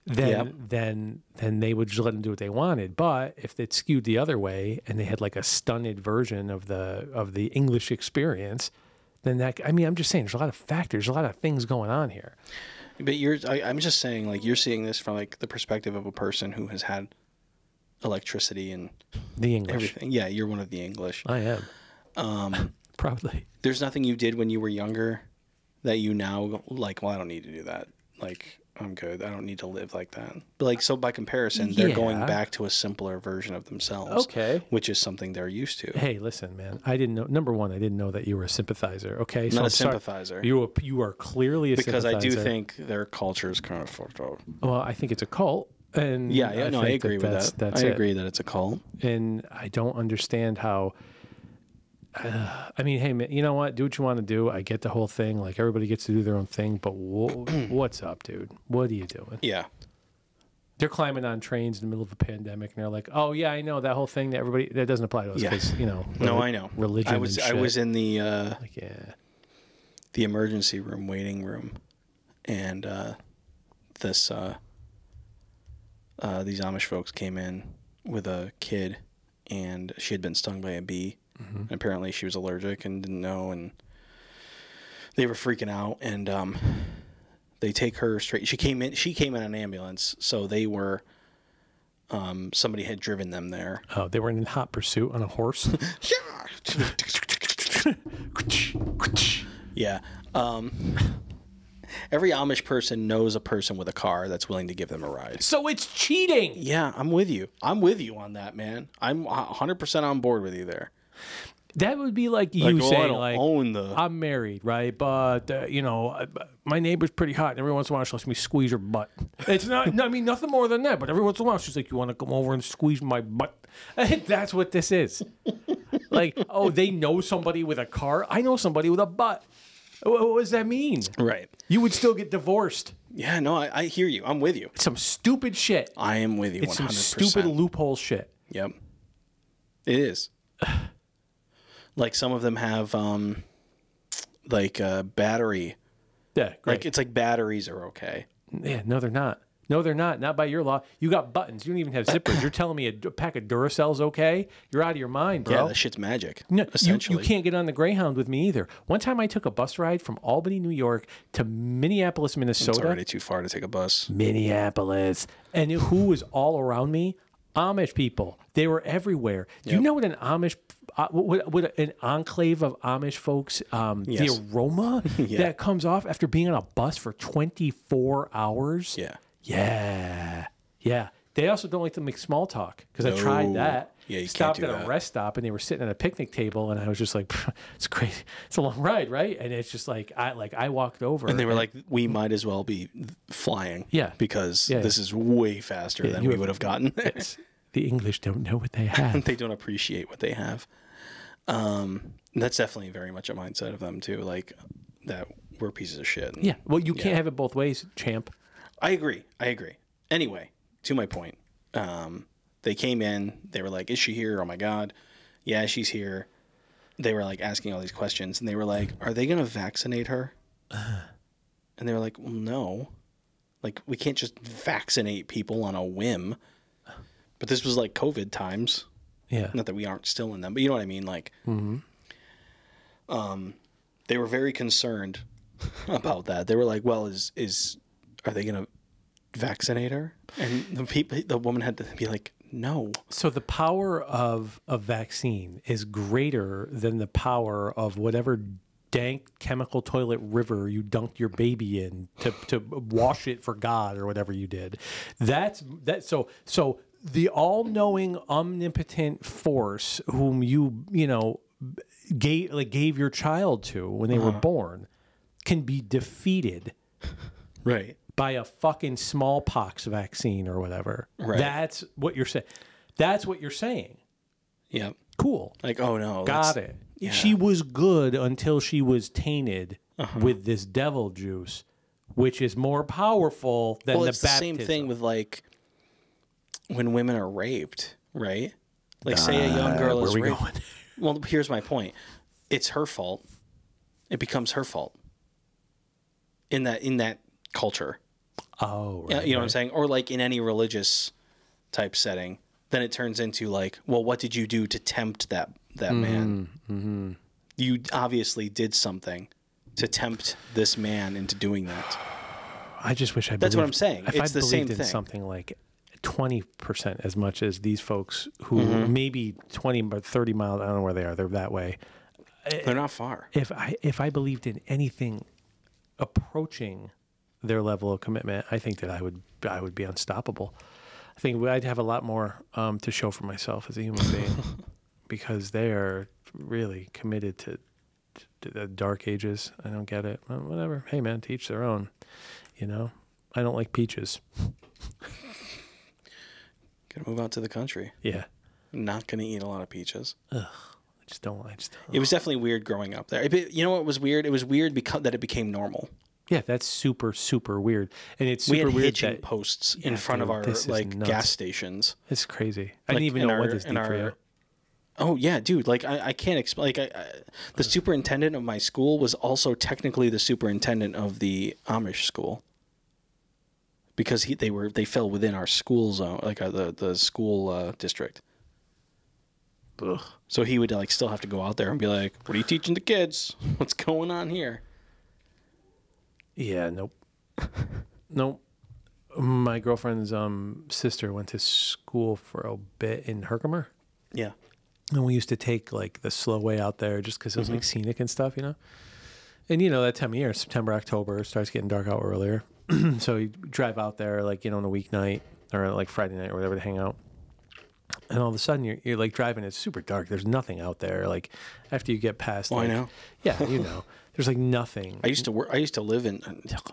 [SPEAKER 1] then
[SPEAKER 2] Yep.
[SPEAKER 1] then then they would just let them do what they wanted but if it skewed the other way and they had like a stunted version of the of the English experience then that I mean I'm just saying there's a lot of factors a lot of things going on here
[SPEAKER 2] But you're, I, I'm just saying, like you're seeing this from like the perspective of a person who has had electricity and
[SPEAKER 1] the English
[SPEAKER 2] everything. Yeah, you're one of the English.
[SPEAKER 1] I am
[SPEAKER 2] Um,
[SPEAKER 1] proudly
[SPEAKER 2] there's nothing you did when you were younger that you now like. Well, I don't need to do that. Like I'm good. I don't need to live like that. But like so, by comparison, they're going
[SPEAKER 1] Yeah.
[SPEAKER 2] back to a simpler version of themselves.
[SPEAKER 1] Okay.
[SPEAKER 2] which is something they're used to.
[SPEAKER 1] hey listen man I didn't know number one I didn't know that you were a sympathizer okay
[SPEAKER 2] Not a
[SPEAKER 1] sorry-
[SPEAKER 2] sympathizer.
[SPEAKER 1] you are, you are clearly a
[SPEAKER 2] because I
[SPEAKER 1] sympathizer
[SPEAKER 2] do think their culture is kind of fucked up.
[SPEAKER 1] Well, I think it's a cult. And
[SPEAKER 2] Yeah, yeah, no, I
[SPEAKER 1] think
[SPEAKER 2] agree with
[SPEAKER 1] that's,
[SPEAKER 2] that.
[SPEAKER 1] That's
[SPEAKER 2] I
[SPEAKER 1] it.
[SPEAKER 2] agree that it's a cult.
[SPEAKER 1] And I don't understand how. Uh, I mean, hey, man, you know what? Do what you want to do. I get the whole thing. Like everybody gets to do their own thing. But wha- what's up, dude? What are you doing?
[SPEAKER 2] Yeah,
[SPEAKER 1] They're climbing on trains in the middle of a pandemic, and they're like, "Oh yeah, I know that whole thing that everybody that doesn't apply to us
[SPEAKER 2] Yeah.
[SPEAKER 1] because you know."
[SPEAKER 2] no,
[SPEAKER 1] reli-
[SPEAKER 2] I know.
[SPEAKER 1] Religion.
[SPEAKER 2] I was
[SPEAKER 1] and
[SPEAKER 2] I
[SPEAKER 1] shit."
[SPEAKER 2] was in the uh,
[SPEAKER 1] like, yeah.
[SPEAKER 2] the emergency room waiting room, and uh, this uh, uh, these Amish folks came in with a kid, and she had been stung by a bee.
[SPEAKER 1] Mm-hmm.
[SPEAKER 2] And apparently, she was allergic and didn't know, and they were freaking out. And um, they take her straight. She came in. She came in an ambulance, so they were. Um, somebody had driven them there.
[SPEAKER 1] Oh, they were in hot pursuit on a horse.
[SPEAKER 2] Yeah. Um, every Amish person knows a person with a car that's willing to give them a ride.
[SPEAKER 1] so it's cheating.
[SPEAKER 2] Yeah, I'm with you. I'm with you on that, man. I'm 100% on board with you there.
[SPEAKER 1] That would be like you
[SPEAKER 2] Like, well, I
[SPEAKER 1] saying,
[SPEAKER 2] don't
[SPEAKER 1] like,
[SPEAKER 2] own the.
[SPEAKER 1] I'm married, right? But uh, you know, I- my neighbor's pretty hot, and every once in a while she lets me squeeze her butt. It's not, no, I mean, nothing more than that. But every once in a while she's like, "You want to come over and squeeze my butt?" That's what this is. like, oh, they know somebody with a car. I know somebody with a butt. Wh- What, does that mean?
[SPEAKER 2] right.
[SPEAKER 1] You would still get divorced.
[SPEAKER 2] Yeah, no, I, I hear you. I'm with you.
[SPEAKER 1] Some stupid shit.
[SPEAKER 2] I am with you
[SPEAKER 1] It's
[SPEAKER 2] 100%.
[SPEAKER 1] some stupid loophole shit.
[SPEAKER 2] Yep. It is. like some of them have um like uh battery.
[SPEAKER 1] Yeah,
[SPEAKER 2] Like
[SPEAKER 1] great.
[SPEAKER 2] it's like batteries are okay.
[SPEAKER 1] yeah, no, they're not. No, they're not. Not by your law. You got buttons. You don't even have zippers. You're telling me a d- pack of Duracell's okay? You're out of your mind, bro.
[SPEAKER 2] Yeah, that shit's magic.
[SPEAKER 1] No, you, you
[SPEAKER 2] essentially.
[SPEAKER 1] can't get on the Greyhound with me either. One time I took a bus ride from Albany, New York to Minneapolis,
[SPEAKER 2] it's
[SPEAKER 1] Minnesota.
[SPEAKER 2] already too far to take a bus.
[SPEAKER 1] Minneapolis. And who was all around me? Amish people. They were everywhere. Do you know what an Amish, uh, what, what an enclave of Amish folks, um,
[SPEAKER 2] Yes.
[SPEAKER 1] the aroma that comes off after being on a bus for 24 hours?
[SPEAKER 2] Yeah.
[SPEAKER 1] Yeah. Yeah. They also don't like to make small talk because I tried
[SPEAKER 2] No.
[SPEAKER 1] that.
[SPEAKER 2] Yeah, you can't
[SPEAKER 1] Stopped
[SPEAKER 2] do
[SPEAKER 1] at a
[SPEAKER 2] that.
[SPEAKER 1] rest stop and they were sitting at a picnic table and I was just like, it's crazy. It's a long ride, right? And it's just like I like I walked over
[SPEAKER 2] And they were like, we might as well be flying.
[SPEAKER 1] Yeah.
[SPEAKER 2] Because
[SPEAKER 1] Yeah,
[SPEAKER 2] this is way faster than
[SPEAKER 1] you
[SPEAKER 2] we
[SPEAKER 1] have-
[SPEAKER 2] would have gotten there.
[SPEAKER 1] It's- the English don't know what they have.
[SPEAKER 2] they don't appreciate what they have. Um, and that's definitely very much a mindset of them, too. Like, that we're pieces of shit.
[SPEAKER 1] yeah. Well, you can't have it both ways, champ.
[SPEAKER 2] I agree. I agree. Anyway, to my point, um, they came in. They were like, "Is she here? Oh my god, yeah, she's here." They were like asking all these questions, and they were like, "Are they gonna vaccinate her?" And they were like, "Well, no, like we can't just vaccinate people on a whim." But this was like COVID times.
[SPEAKER 1] Yeah.
[SPEAKER 2] Not that we aren't still in them, but you know what I mean. Like, um, they were very concerned about that. They were like, "Well, is is are they gonna vaccinate her?" And the people, the woman had to be like, "No."
[SPEAKER 1] So the power of a vaccine is greater than the power of whatever dank chemical toilet river you dunked your baby in to, to wash it for God or whatever you did. That's that. So so the all-knowing, omnipotent force whom you you know gave like gave your child to when they were born can be defeated
[SPEAKER 2] Right.
[SPEAKER 1] by a fucking smallpox vaccine or whatever.
[SPEAKER 2] Right.
[SPEAKER 1] That's what you're saying. That's what you're saying.
[SPEAKER 2] Yep.
[SPEAKER 1] Cool.
[SPEAKER 2] Like, oh no.
[SPEAKER 1] Got
[SPEAKER 2] let's-
[SPEAKER 1] it. She was good until she was tainted
[SPEAKER 2] Uh-huh.
[SPEAKER 1] with this devil juice, which is more powerful than
[SPEAKER 2] Well,
[SPEAKER 1] the
[SPEAKER 2] it's the
[SPEAKER 1] baptism.
[SPEAKER 2] same thing with like when women are raped, right? Like, say a young girl
[SPEAKER 1] where
[SPEAKER 2] is
[SPEAKER 1] we
[SPEAKER 2] raped.
[SPEAKER 1] going?
[SPEAKER 2] Well, here's my point. It's her fault. It becomes her fault. In that in that culture.
[SPEAKER 1] Oh,
[SPEAKER 2] Yeah,
[SPEAKER 1] right.
[SPEAKER 2] you know what I'm saying? Or like in any religious type setting, then it turns into like, well, what did you do to tempt that that
[SPEAKER 1] Mm-hmm,
[SPEAKER 2] man? You obviously did something to tempt this man into doing that.
[SPEAKER 1] I just wish I.
[SPEAKER 2] That's what
[SPEAKER 1] believed-
[SPEAKER 2] I'm saying.
[SPEAKER 1] If I
[SPEAKER 2] It's the
[SPEAKER 1] believed
[SPEAKER 2] same
[SPEAKER 1] in
[SPEAKER 2] thing.
[SPEAKER 1] something like twenty percent as much as these folks who
[SPEAKER 2] Mm-hmm.
[SPEAKER 1] maybe twenty or thirty miles. I don't know where they are. They're that way.
[SPEAKER 2] They're not far.
[SPEAKER 1] if I if I believed in anything approaching their level of commitment, I think that I would I would be unstoppable. I think I'd have a lot more um, to show for myself as a human being because they are really committed to, to the dark ages. I don't get it. Well, whatever. Hey man, teach their own. You know, I don't like peaches.
[SPEAKER 2] Gonna move out to the country.
[SPEAKER 1] Yeah,
[SPEAKER 2] Not gonna eat a lot of peaches.
[SPEAKER 1] I just don't. I just don't.
[SPEAKER 2] It was definitely weird growing up there. It- you know what was weird? It was weird because that it became normal.
[SPEAKER 1] Yeah, that's super super weird, and it's
[SPEAKER 2] we
[SPEAKER 1] super
[SPEAKER 2] had
[SPEAKER 1] weird
[SPEAKER 2] hitching
[SPEAKER 1] that
[SPEAKER 2] posts in
[SPEAKER 1] Yeah,
[SPEAKER 2] front
[SPEAKER 1] dude,
[SPEAKER 2] of our
[SPEAKER 1] this is
[SPEAKER 2] like
[SPEAKER 1] nuts.
[SPEAKER 2] gas stations.
[SPEAKER 1] it's crazy. I
[SPEAKER 2] Like,
[SPEAKER 1] didn't even
[SPEAKER 2] in
[SPEAKER 1] know what
[SPEAKER 2] our-
[SPEAKER 1] this
[SPEAKER 2] in
[SPEAKER 1] deep
[SPEAKER 2] our- Oh yeah, dude. Like I, I can't explain. Like I, I, the superintendent of my school was also technically the superintendent of the Amish school because he they were they fell within our school zone, like uh, the the school uh, district.
[SPEAKER 1] Ugh.
[SPEAKER 2] So he would like still have to go out there and be like, "What are you teaching the kids? What's going on here?"
[SPEAKER 1] Yeah, nope. nope. My girlfriend's um sister went to school for a bit in Herkimer.
[SPEAKER 2] Yeah.
[SPEAKER 1] And we used to take like the slow way out there just because it was like
[SPEAKER 2] Mm-hmm.
[SPEAKER 1] scenic and stuff, you know? And you know, that time of year, September, October, it starts getting dark out earlier. so you drive out there like, you know, on a weeknight or like Friday night or whatever to hang out. And all of a sudden you're, you're like driving, it's super dark. There's nothing out there. Like after you get past
[SPEAKER 2] I
[SPEAKER 1] like,
[SPEAKER 2] know.
[SPEAKER 1] Yeah, you know. There's like nothing.
[SPEAKER 2] I used to work. I used to live in.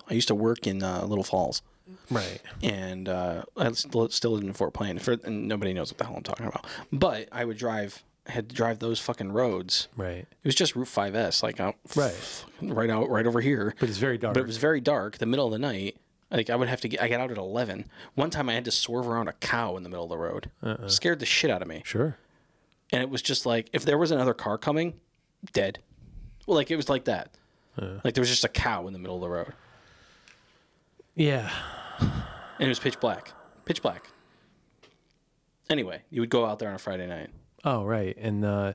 [SPEAKER 2] I used to work in uh, Little Falls.
[SPEAKER 1] right.
[SPEAKER 2] and uh, I still, still lived in Fort Plain. For, and nobody knows what the hell I'm talking about. But I would drive, I had to drive those fucking roads.
[SPEAKER 1] Right.
[SPEAKER 2] It was just Route 5S, like out
[SPEAKER 1] Right.
[SPEAKER 2] right out, right over here.
[SPEAKER 1] But it's very dark.
[SPEAKER 2] But it was very dark, the middle of the night. Like I would have to get, I got out at 11. One time I had to swerve around a cow in the middle of the road.
[SPEAKER 1] Uh-uh.
[SPEAKER 2] Scared the shit out of me.
[SPEAKER 1] Sure.
[SPEAKER 2] And it was just like, if there was another car coming, dead. Well, like it was like that.
[SPEAKER 1] Uh.
[SPEAKER 2] Like there was just a cow in the middle of the road.
[SPEAKER 1] Yeah.
[SPEAKER 2] and it was pitch black, pitch black. Anyway, you would go out there on a Friday night.
[SPEAKER 1] Oh, right. And, uh,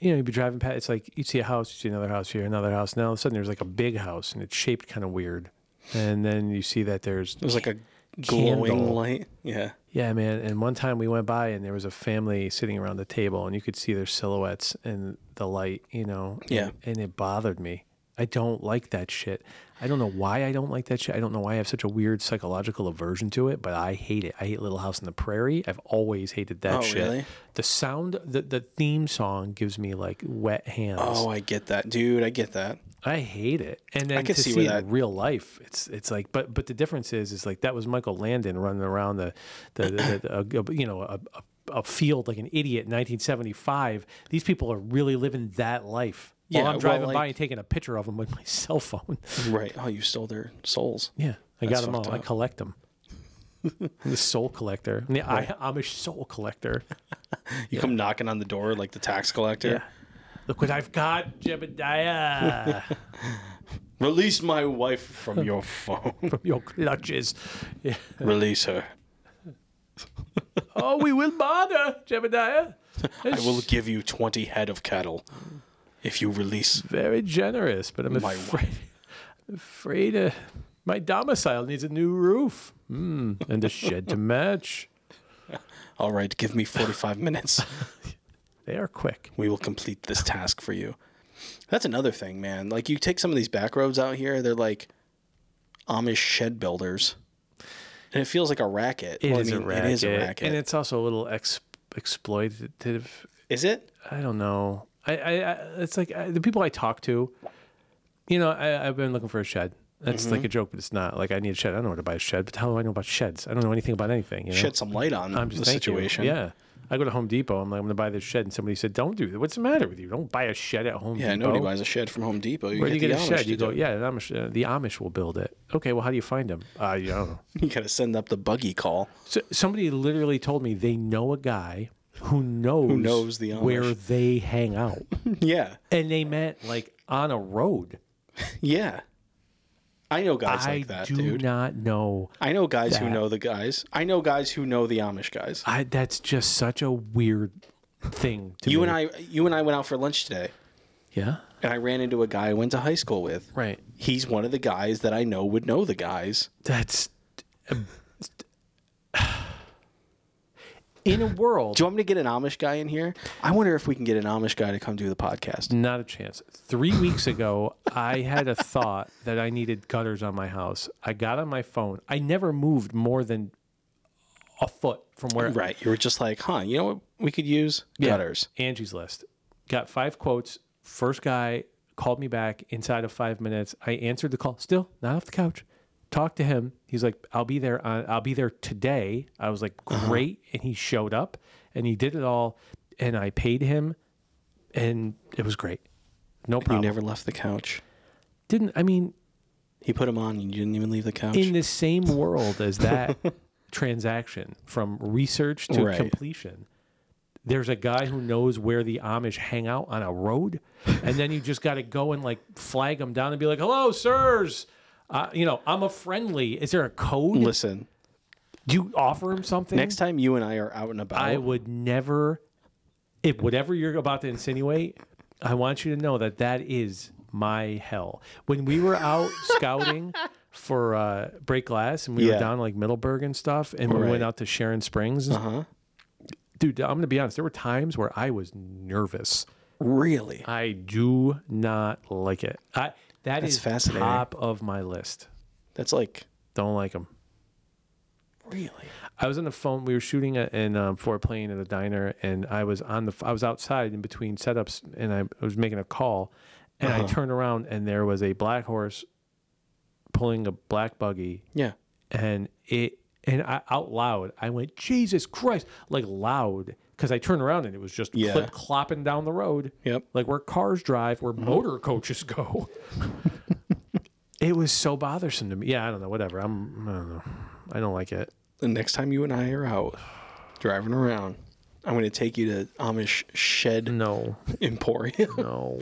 [SPEAKER 1] you know, you'd be driving past, it's like you'd see a house, you see another house here, another house. Now all of a sudden there's like a big house and it's shaped kind of weird. And then you see that there's,
[SPEAKER 2] It was like a glowing
[SPEAKER 1] Candle.
[SPEAKER 2] light. Yeah,
[SPEAKER 1] yeah, man. And one time we went by and there was a family sitting around the table and you could see their silhouettes and the light, you know. and-
[SPEAKER 2] Yeah.
[SPEAKER 1] And, it bothered me. I don't like that shit. I don't know why I don't like that shit. I don't know why I have such a weird psychological aversion to it, but I hate it. I hate Little House on the Prairie. I've always hated that
[SPEAKER 2] Oh,
[SPEAKER 1] shit.
[SPEAKER 2] really?
[SPEAKER 1] The sound, the, the theme song gives me like wet hands.
[SPEAKER 2] Oh, I get that, dude. I get that.
[SPEAKER 1] I hate it. And then
[SPEAKER 2] could
[SPEAKER 1] to
[SPEAKER 2] see
[SPEAKER 1] see,
[SPEAKER 2] where
[SPEAKER 1] it
[SPEAKER 2] that-
[SPEAKER 1] in real life, it's it's like, but but the difference is, is like that was Michael Landon running around the, the, the, the a, you know a, a a field like an idiot in 1975. These people are really living that life.
[SPEAKER 2] Yeah,
[SPEAKER 1] While
[SPEAKER 2] well,
[SPEAKER 1] I'm driving by
[SPEAKER 2] like-
[SPEAKER 1] and taking a picture of them with my cell phone.
[SPEAKER 2] Right. Oh, you stole their souls.
[SPEAKER 1] Yeah, I
[SPEAKER 2] That's
[SPEAKER 1] got them all.
[SPEAKER 2] fucked
[SPEAKER 1] I
[SPEAKER 2] up.
[SPEAKER 1] collect them. I'm the soul collector. I'm the I, Amish soul collector.
[SPEAKER 2] You come knocking on the door like the tax collector.
[SPEAKER 1] Look what I've got, Jebediah.
[SPEAKER 2] Release my wife from your phone.
[SPEAKER 1] from your clutches. Yeah.
[SPEAKER 2] Release her.
[SPEAKER 1] Oh, we will bother, Jebediah.
[SPEAKER 2] I will give you twenty head of cattle if you release.
[SPEAKER 1] very generous, but I'm
[SPEAKER 2] My
[SPEAKER 1] afraid, afraid uh, my domicile needs a new roof Hmm, and a shed to match.
[SPEAKER 2] All right, give me forty-five minutes.
[SPEAKER 1] They are quick.
[SPEAKER 2] We will complete this task for you. That's another thing, man. Like you take some of these back roads out here, they're like Amish shed builders, and it feels like a racket.
[SPEAKER 1] It
[SPEAKER 2] Well, I
[SPEAKER 1] is
[SPEAKER 2] mean,
[SPEAKER 1] a racket,
[SPEAKER 2] It is a racket.
[SPEAKER 1] and it's also a little ex- exploitative.
[SPEAKER 2] is it?
[SPEAKER 1] I don't know. I, I, I it's like I, the people I talk to. You know, I, I've been looking for a shed. That's
[SPEAKER 2] Mm-hmm.
[SPEAKER 1] like a joke, but it's not. Like I need a shed. I don't know where to buy a shed, but how do I know about sheds? I don't know anything about anything. You know?
[SPEAKER 2] Shed some light on
[SPEAKER 1] I'm
[SPEAKER 2] the
[SPEAKER 1] just thank you.
[SPEAKER 2] situation.
[SPEAKER 1] Yeah. I go to Home Depot. I'm like, I'm going to buy this shed, and somebody said, "Don't do that. What's the matter with you? Don't buy a shed at Home
[SPEAKER 2] Yeah,
[SPEAKER 1] Depot."
[SPEAKER 2] nobody buys a shed from Home Depot. You
[SPEAKER 1] Where do you
[SPEAKER 2] get
[SPEAKER 1] get a
[SPEAKER 2] the Amish
[SPEAKER 1] shed?
[SPEAKER 2] to
[SPEAKER 1] You go,
[SPEAKER 2] do it.
[SPEAKER 1] yeah, the Amish, uh, the Amish will build it. Okay, well, how do you find them? Uh, you don't know.
[SPEAKER 2] You got to send up the buggy call.
[SPEAKER 1] So, somebody literally told me they know a guy who knows
[SPEAKER 2] knows the Amish.
[SPEAKER 1] where they hang out,
[SPEAKER 2] yeah,
[SPEAKER 1] and they meant like on a road.
[SPEAKER 2] yeah. I know guys
[SPEAKER 1] I
[SPEAKER 2] like that,
[SPEAKER 1] do
[SPEAKER 2] dude.
[SPEAKER 1] not know.
[SPEAKER 2] I know guys who
[SPEAKER 1] that.
[SPEAKER 2] know the guys. I know guys who know the Amish guys.
[SPEAKER 1] I that's just such a weird thing to
[SPEAKER 2] You
[SPEAKER 1] me.
[SPEAKER 2] and I, you and I went out for lunch today,
[SPEAKER 1] yeah,
[SPEAKER 2] and I ran into a guy I went to high school with.
[SPEAKER 1] right.
[SPEAKER 2] He's one of the guys that I know would know the guys.
[SPEAKER 1] That's um, in a world.
[SPEAKER 2] Do you want me to get an Amish guy in here? I wonder if we can get an Amish guy to come do the podcast.
[SPEAKER 1] Not a chance. Three weeks ago, I had a thought that I needed gutters on my house. I got on my phone. I never moved more than a foot from where
[SPEAKER 2] Right. You were just like, huh? You know what we could use? Gutters.
[SPEAKER 1] Angie's List. Got five quotes. First guy called me back inside of five minutes. I answered the call. Still not off the couch. Talked to him. He's like, "I'll be there. On, I'll be there today." I was like,
[SPEAKER 2] Uh-huh.
[SPEAKER 1] "Great!" And he showed up, and he did it all, and I paid him, and it was great. No
[SPEAKER 2] You
[SPEAKER 1] problem.
[SPEAKER 2] never left the couch.
[SPEAKER 1] Didn't I mean?
[SPEAKER 2] He put him on, and you didn't even leave the couch.
[SPEAKER 1] in the same world as that transaction from research to
[SPEAKER 2] Right.
[SPEAKER 1] completion there's a guy who knows where the amish hang out on a road and then you just got to go and like flag them down and be like hello sirs uh, you know i'm a friendly is there a code
[SPEAKER 2] Listen,
[SPEAKER 1] do you offer him something
[SPEAKER 2] next time you and I are out and about,
[SPEAKER 1] i would never if whatever you're about to insinuate i want you to know that that is my hell when we were out scouting for uh, break glass and we
[SPEAKER 2] Yeah.
[SPEAKER 1] were down like middleburg and stuff and we
[SPEAKER 2] Right.
[SPEAKER 1] went out to sharon springs and-
[SPEAKER 2] Uh-huh.
[SPEAKER 1] dude i'm gonna be honest there were times where i was nervous
[SPEAKER 2] really,
[SPEAKER 1] i do not like it I,
[SPEAKER 2] That's
[SPEAKER 1] That's
[SPEAKER 2] fascinating.
[SPEAKER 1] top of my list
[SPEAKER 2] that's like
[SPEAKER 1] don't like them
[SPEAKER 2] really.
[SPEAKER 1] I was on the phone. We were shooting a, in um, for a plane at a diner, and I was on the. f- I was outside in between setups, and I was making a call, and I turned around, and there was a black horse pulling a black buggy,
[SPEAKER 2] Yeah.
[SPEAKER 1] and it and I, out loud I went Jesus Christ, like loud, because I turned around and it was just
[SPEAKER 2] Yeah.
[SPEAKER 1] clip clopping down the road,
[SPEAKER 2] Yep.
[SPEAKER 1] like where cars drive, where motor coaches go. it was so bothersome to me. Yeah, I don't know. Whatever. I'm. I don't know. I don't like it.
[SPEAKER 2] the next time you and I are out driving around, I'm going to take you to Amish Shed
[SPEAKER 1] No.
[SPEAKER 2] Mm. Emporium.
[SPEAKER 1] No.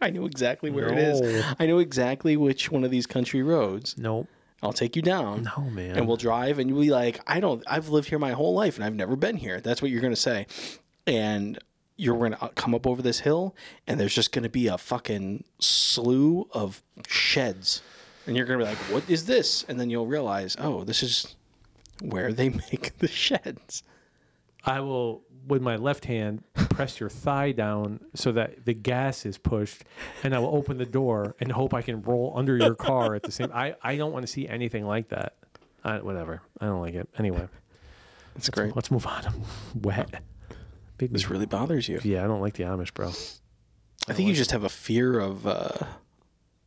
[SPEAKER 2] I know exactly where it is.
[SPEAKER 1] No.
[SPEAKER 2] I know exactly which one of these country roads.
[SPEAKER 1] Nope.
[SPEAKER 2] I'll take you down.
[SPEAKER 1] No, man.
[SPEAKER 2] And we'll drive and you'll be like, I don't, I've lived here my whole life and I've never been here. That's what you're going to say. And you're going to come up over this hill and there's just going to be a fucking slew of sheds. And you're going to be like, what is this? And then you'll realize, oh, this is where they make the sheds.
[SPEAKER 1] I will, with my left hand, press your thigh down so that the gas is pushed, and I will open the door and hope I can roll under your car at the same. I I don't want to see anything like that. I, whatever. I don't like it. Anyway,
[SPEAKER 2] That's great.
[SPEAKER 1] let's move on. I'm wet. Big
[SPEAKER 2] This really bothers you.
[SPEAKER 1] yeah, I don't like the Amish, bro.
[SPEAKER 2] I think you just have a fear of uh,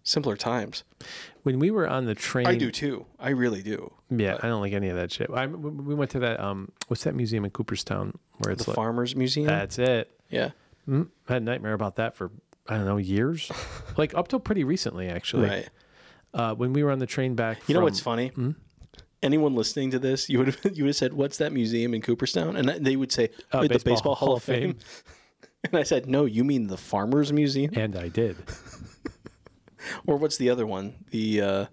[SPEAKER 2] simpler times.
[SPEAKER 1] When we were on the train,
[SPEAKER 2] I do too. I really do.
[SPEAKER 1] Yeah, I don't like any of that shit. I, we we went to that um, what's that museum in Cooperstown where it's
[SPEAKER 2] The
[SPEAKER 1] like
[SPEAKER 2] Farmers Museum.
[SPEAKER 1] that's it.
[SPEAKER 2] yeah.
[SPEAKER 1] Mm, I had a nightmare about that for I don't know years, like up till pretty recently actually.
[SPEAKER 2] Right.
[SPEAKER 1] Uh, when we were on the train back,
[SPEAKER 2] You know
[SPEAKER 1] from- Hmm?
[SPEAKER 2] what's funny? Anyone listening to this, you would have you would have said, "What's that museum in Cooperstown?" And they would say,
[SPEAKER 1] Uh,
[SPEAKER 2] "Wait, the Baseball Hall of Fame." And I said, "No, you mean the Farmers Museum,
[SPEAKER 1] and I did.
[SPEAKER 2] or what's the other one? The uh,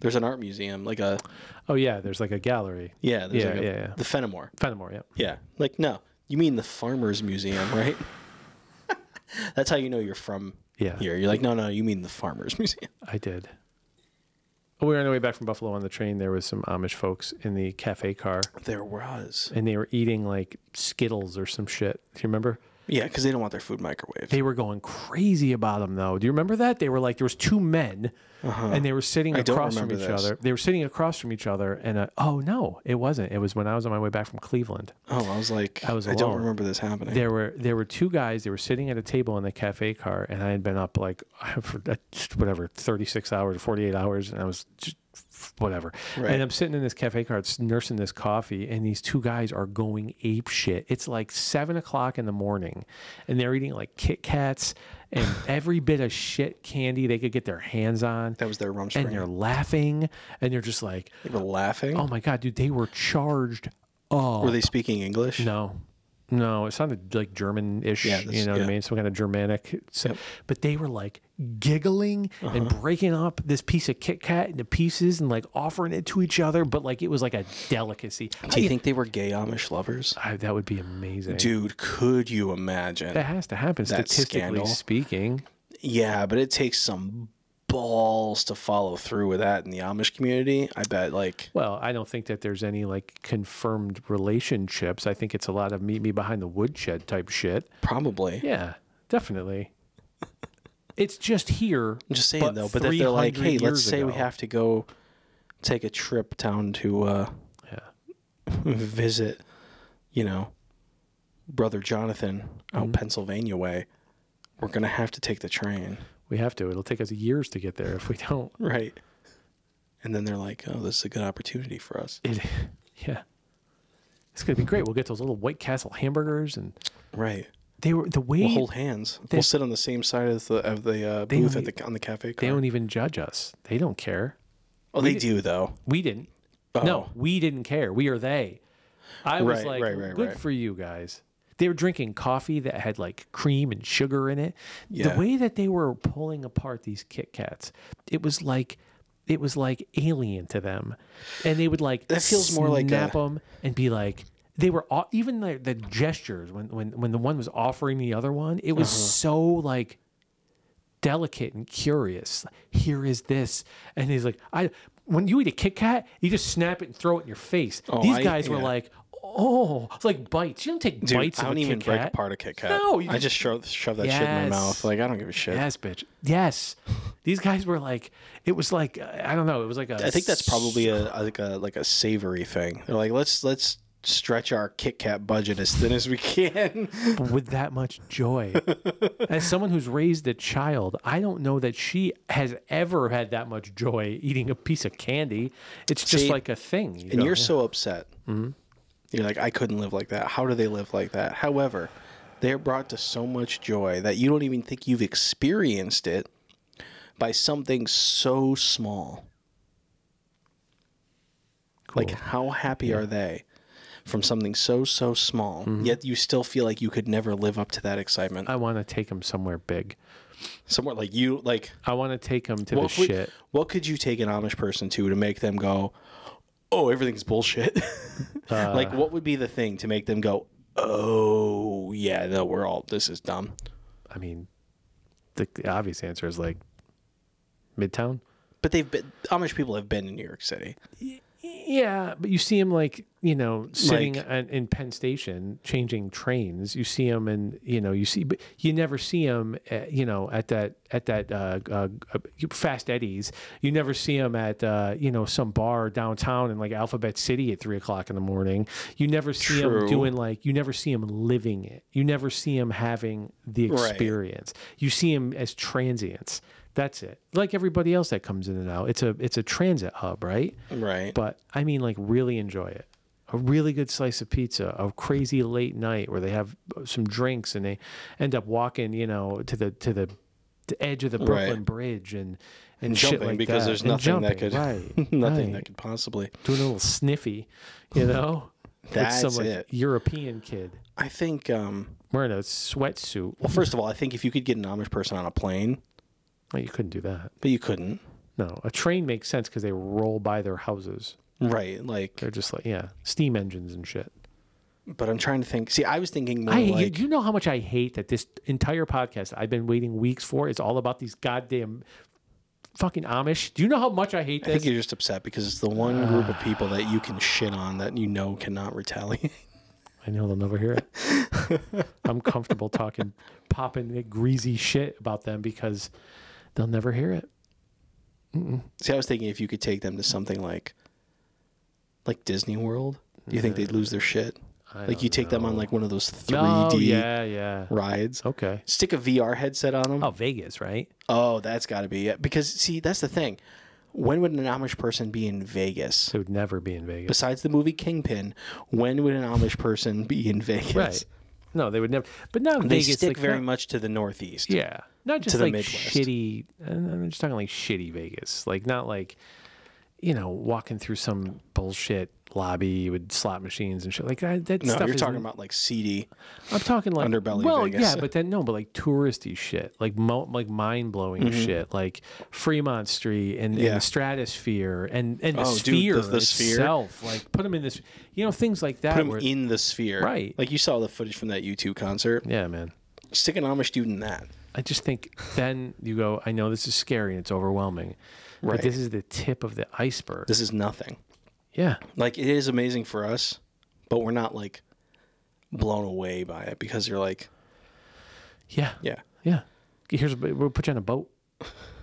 [SPEAKER 2] there's an art museum, like a
[SPEAKER 1] Oh yeah, there's like a gallery.
[SPEAKER 2] yeah, there's
[SPEAKER 1] Yeah,
[SPEAKER 2] like a,
[SPEAKER 1] yeah, yeah.
[SPEAKER 2] the Fenimore,
[SPEAKER 1] Fenimore, yeah.
[SPEAKER 2] yeah. Like no, you mean the Farmers Museum, right? That's how you know you're from
[SPEAKER 1] Yeah.
[SPEAKER 2] here. You're like, no, no, you mean the Farmers Museum.
[SPEAKER 1] I did. We were on the way back from Buffalo on the train. There was some Amish folks in the cafe car,
[SPEAKER 2] There was
[SPEAKER 1] and they were eating like Skittles or some shit. Do you remember?
[SPEAKER 2] Yeah, because they don't want their food microwaved.
[SPEAKER 1] They were going crazy about them though. Do you remember that? They were like there was two men and they were sitting
[SPEAKER 2] Uh-huh. I don't
[SPEAKER 1] across from each
[SPEAKER 2] remember this.
[SPEAKER 1] other. They were sitting across from each other and uh, oh no, it wasn't. It was when I was on my way back from Cleveland.
[SPEAKER 2] oh, I was like, I,
[SPEAKER 1] was
[SPEAKER 2] don't
[SPEAKER 1] alone.
[SPEAKER 2] remember this happening.
[SPEAKER 1] There were there were two guys. They were sitting at a table in the cafe car, and I had been up like for uh, whatever thirty six hours or forty eight hours, and I was just whatever.
[SPEAKER 2] Right.
[SPEAKER 1] And I'm sitting in this cafe car, it's nursing this coffee, and these two guys are going ape shit. It's like seven o'clock in the morning, and they're eating like Kit Kats and every bit of shit candy they could get their hands on.
[SPEAKER 2] that was their rum
[SPEAKER 1] And they're
[SPEAKER 2] spring.
[SPEAKER 1] laughing, and they're just like,
[SPEAKER 2] They were laughing.
[SPEAKER 1] "Oh my god, dude! They were charged up."
[SPEAKER 2] were they speaking English?
[SPEAKER 1] No, no, it sounded like German-ish.
[SPEAKER 2] Yeah,
[SPEAKER 1] you
[SPEAKER 2] that's-
[SPEAKER 1] know what
[SPEAKER 2] yeah.
[SPEAKER 1] I mean? Some kind of Germanic. So, But they were like giggling and
[SPEAKER 2] Uh-huh.
[SPEAKER 1] breaking up this piece of Kit Kat into pieces and like offering it to each other. But like it was like a delicacy.
[SPEAKER 2] Do you think they were gay Amish lovers?
[SPEAKER 1] I, that would be amazing.
[SPEAKER 2] Dude, could you imagine?
[SPEAKER 1] that has to happen
[SPEAKER 2] That
[SPEAKER 1] statistically
[SPEAKER 2] scandal.
[SPEAKER 1] speaking.
[SPEAKER 2] Yeah, but it takes some balls to follow through with that in the Amish community. I bet, like,
[SPEAKER 1] Well, I don't think that there's any like confirmed relationships. I think it's a lot of meet me behind the woodshed type shit.
[SPEAKER 2] probably.
[SPEAKER 1] Yeah, definitely. It's just here.
[SPEAKER 2] I'm just saying though, but if they're like, hey, let's say we have to go take a trip down to uh, visit, you know, brother Jonathan
[SPEAKER 1] Mm-hmm.
[SPEAKER 2] out Pennsylvania way, we're gonna have to take the train,
[SPEAKER 1] We have to. It'll take us years to get there if we don't.
[SPEAKER 2] right? And then they're like, oh, this is a good opportunity for us,
[SPEAKER 1] It, yeah, it's gonna be great. We'll get those little White Castle hamburgers, and
[SPEAKER 2] right?
[SPEAKER 1] they were the way
[SPEAKER 2] We'll hold hands. we'll sit on the same side as the of the uh,
[SPEAKER 1] They
[SPEAKER 2] booth
[SPEAKER 1] don't
[SPEAKER 2] at the on the cafe
[SPEAKER 1] they
[SPEAKER 2] car.
[SPEAKER 1] don't even judge us. They don't care.
[SPEAKER 2] oh, they do though.
[SPEAKER 1] We didn't.
[SPEAKER 2] Oh.
[SPEAKER 1] No, we didn't care. We are they. I was
[SPEAKER 2] Right,
[SPEAKER 1] like,
[SPEAKER 2] right, right,
[SPEAKER 1] good
[SPEAKER 2] right.
[SPEAKER 1] for you guys. They were drinking coffee that had like cream and sugar in it.
[SPEAKER 2] Yeah.
[SPEAKER 1] The way that they were pulling apart these Kit Kats, it was like it was like alien to them, and they would like
[SPEAKER 2] That feels more like
[SPEAKER 1] snap
[SPEAKER 2] a-
[SPEAKER 1] them and be like. They were all, even the, the gestures when, when when the one was offering the other one, it
[SPEAKER 2] Uh-huh.
[SPEAKER 1] was so like delicate and curious. Here is this, and he's like, I. When you eat a Kit Kat, you just snap it and throw it in your face. These
[SPEAKER 2] I-
[SPEAKER 1] guys were
[SPEAKER 2] yeah.
[SPEAKER 1] like, oh, it's like bites. You don't take
[SPEAKER 2] Dude,
[SPEAKER 1] bites
[SPEAKER 2] I
[SPEAKER 1] of
[SPEAKER 2] don't
[SPEAKER 1] a
[SPEAKER 2] even
[SPEAKER 1] Kit
[SPEAKER 2] break
[SPEAKER 1] Kat.
[SPEAKER 2] apart a Kit Kat.
[SPEAKER 1] No, you
[SPEAKER 2] I just shove, shove that shit in my
[SPEAKER 1] Yes.
[SPEAKER 2] mouth. Like I don't give a shit.
[SPEAKER 1] Yes, bitch. Yes, these guys were like, it was like uh, I don't know. It was like a.
[SPEAKER 2] I think that's probably a like a like a savory thing. They're like, let's let's stretch our Kit Kat budget as thin as we can.
[SPEAKER 1] with that much joy. As someone who's raised a child, I don't know that she has ever had that much joy eating a piece of candy. It's just
[SPEAKER 2] See,
[SPEAKER 1] like a thing. you
[SPEAKER 2] and
[SPEAKER 1] know?
[SPEAKER 2] you're so upset. You're like, I couldn't live like that. How do they live like that? However, they're brought to so much joy that you don't even think you've experienced it by something so small. Like,
[SPEAKER 1] Cool.
[SPEAKER 2] how happy are they from something so, so small, yet you still feel like you could never live up to that excitement?
[SPEAKER 1] I want to take them somewhere big.
[SPEAKER 2] Somewhere like you, like,
[SPEAKER 1] I want to take them to the
[SPEAKER 2] what, would-
[SPEAKER 1] shit.
[SPEAKER 2] what could you take an Amish person to to make them go, oh, everything's bullshit?
[SPEAKER 1] Uh,
[SPEAKER 2] like, what would be the thing to make them go, oh, yeah, no, we're all, this is dumb?
[SPEAKER 1] I mean, the, the obvious answer is like Midtown.
[SPEAKER 2] But they've been, Amish people have been in New York City.
[SPEAKER 1] Yeah, but you see him like you know sitting
[SPEAKER 2] Like-
[SPEAKER 1] in, in Penn Station changing trains. You see him, and you know you see, but you never see him. At, you know at that at that uh, uh, Fast Eddie's. You never see him at uh, you know some bar downtown in like Alphabet City at three o'clock in the morning. You never see
[SPEAKER 2] True.
[SPEAKER 1] him doing like you never see him living it. You never see him having the
[SPEAKER 2] Right.
[SPEAKER 1] experience. You see him as transients. That's it. Like everybody else that comes in and out, it's a it's a transit hub, right?
[SPEAKER 2] Right.
[SPEAKER 1] but I mean, like, really enjoy it. A really good slice of pizza, a crazy late night where they have uh, some drinks and they end up walking, you know, to the to the, the edge of the Brooklyn Bridge and and, shit
[SPEAKER 2] jumping
[SPEAKER 1] like
[SPEAKER 2] because
[SPEAKER 1] that.
[SPEAKER 2] there's
[SPEAKER 1] And
[SPEAKER 2] nothing that
[SPEAKER 1] jumping, right,
[SPEAKER 2] could, nothing
[SPEAKER 1] right.
[SPEAKER 2] that could possibly.
[SPEAKER 1] doing a little sniffy, you know,
[SPEAKER 2] That's
[SPEAKER 1] with some like,
[SPEAKER 2] it.
[SPEAKER 1] European kid
[SPEAKER 2] I think, um,
[SPEAKER 1] wearing a sweatsuit.
[SPEAKER 2] well, first of all, I think if you could get an Amish person on a plane,
[SPEAKER 1] Well, Oh, you couldn't do that.
[SPEAKER 2] but you couldn't.
[SPEAKER 1] No, a train makes sense because they roll by their houses.
[SPEAKER 2] Right. Like,
[SPEAKER 1] They're just like yeah, steam engines and shit.
[SPEAKER 2] but I'm trying to think. See, I was thinking more
[SPEAKER 1] I
[SPEAKER 2] like.
[SPEAKER 1] you, you know how much I hate that this entire podcast I've been waiting weeks for is all about these goddamn fucking Amish. Do you know how much I hate
[SPEAKER 2] I think
[SPEAKER 1] this?
[SPEAKER 2] you're just upset because it's the one group of people that you can shit on that you know cannot retaliate.
[SPEAKER 1] I know they'll never hear it. I'm comfortable talking, popping the greasy shit about them because they'll never hear it.
[SPEAKER 2] See, I was thinking if you could take them to something like, like Disney World, do you think they'd lose their shit?
[SPEAKER 1] I
[SPEAKER 2] like you take them on like one of those 3D
[SPEAKER 1] Oh yeah, yeah.
[SPEAKER 2] rides.
[SPEAKER 1] Okay.
[SPEAKER 2] Stick a VR headset on them.
[SPEAKER 1] Oh, Vegas, right?
[SPEAKER 2] Oh, that's got to be it. Because see, that's the thing. When would an Amish person be in Vegas?
[SPEAKER 1] They would never be in Vegas.
[SPEAKER 2] Besides the movie Kingpin, when would an Amish person be in Vegas?
[SPEAKER 1] Right. No, they would never. But now
[SPEAKER 2] They
[SPEAKER 1] Vegas,
[SPEAKER 2] stick
[SPEAKER 1] like,
[SPEAKER 2] very
[SPEAKER 1] not-
[SPEAKER 2] much to the Northeast.
[SPEAKER 1] Yeah, not just
[SPEAKER 2] the
[SPEAKER 1] like
[SPEAKER 2] Midwest.
[SPEAKER 1] shitty. and I'm just talking like shitty Vegas, like not like, you know, walking through some bullshit lobby with slot machines and shit. Like I, that
[SPEAKER 2] No,
[SPEAKER 1] stuff.
[SPEAKER 2] you're
[SPEAKER 1] is-
[SPEAKER 2] talking about like seedy.
[SPEAKER 1] I'm talking like
[SPEAKER 2] underbelly
[SPEAKER 1] Well,
[SPEAKER 2] Vegas.
[SPEAKER 1] yeah, but then no, but like touristy shit, like mo- like mind blowing shit, like Fremont Street and, and
[SPEAKER 2] Mm-hmm. Yeah.
[SPEAKER 1] the Stratosphere and and the
[SPEAKER 2] Oh, dude,
[SPEAKER 1] sphere
[SPEAKER 2] the- the sphere?
[SPEAKER 1] itself. Like put them in this, you know, things like that.
[SPEAKER 2] Put him
[SPEAKER 1] where-
[SPEAKER 2] in the sphere.
[SPEAKER 1] Right.
[SPEAKER 2] Like you saw the footage from that U2 concert.
[SPEAKER 1] yeah, man.
[SPEAKER 2] Stick an Amish dude in that.
[SPEAKER 1] I just think then you go, I know this is scary and it's overwhelming,
[SPEAKER 2] Right.
[SPEAKER 1] but this is the tip of the iceberg.
[SPEAKER 2] This is nothing.
[SPEAKER 1] yeah.
[SPEAKER 2] Like it is amazing for us, but we're not like blown away by it because you're like,
[SPEAKER 1] Yeah.
[SPEAKER 2] yeah,
[SPEAKER 1] Yeah. Here's we'll put you on a boat.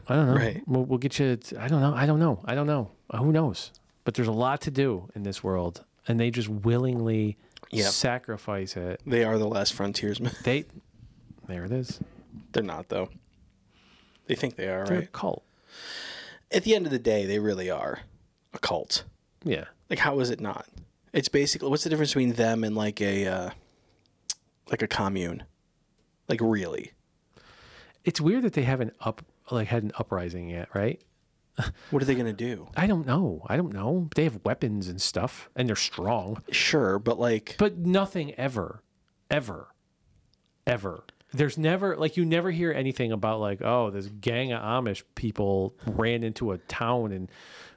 [SPEAKER 1] I don't know.
[SPEAKER 2] Right.
[SPEAKER 1] We'll, we'll get you. I don't know. I don't know. I don't know. Who knows? But there's a lot to do in this world, and they just willingly
[SPEAKER 2] Yep.
[SPEAKER 1] sacrifice it.
[SPEAKER 2] they are the last frontiersmen.
[SPEAKER 1] They, there it is.
[SPEAKER 2] They're not though. They think they are,
[SPEAKER 1] They're a
[SPEAKER 2] right?
[SPEAKER 1] cult.
[SPEAKER 2] At the end of the day, they really are a cult.
[SPEAKER 1] Yeah.
[SPEAKER 2] Like how is it not? It's basically what's the difference between them and like a uh, like a commune? Like really?
[SPEAKER 1] It's weird that they haven't up like had an uprising yet, right?
[SPEAKER 2] What are they gonna do?
[SPEAKER 1] I don't know. I don't know. They have weapons and stuff, and they're strong.
[SPEAKER 2] Sure, but like
[SPEAKER 1] but nothing ever, ever, ever. There's never like you never hear anything about like oh this gang of Amish people ran into a town and,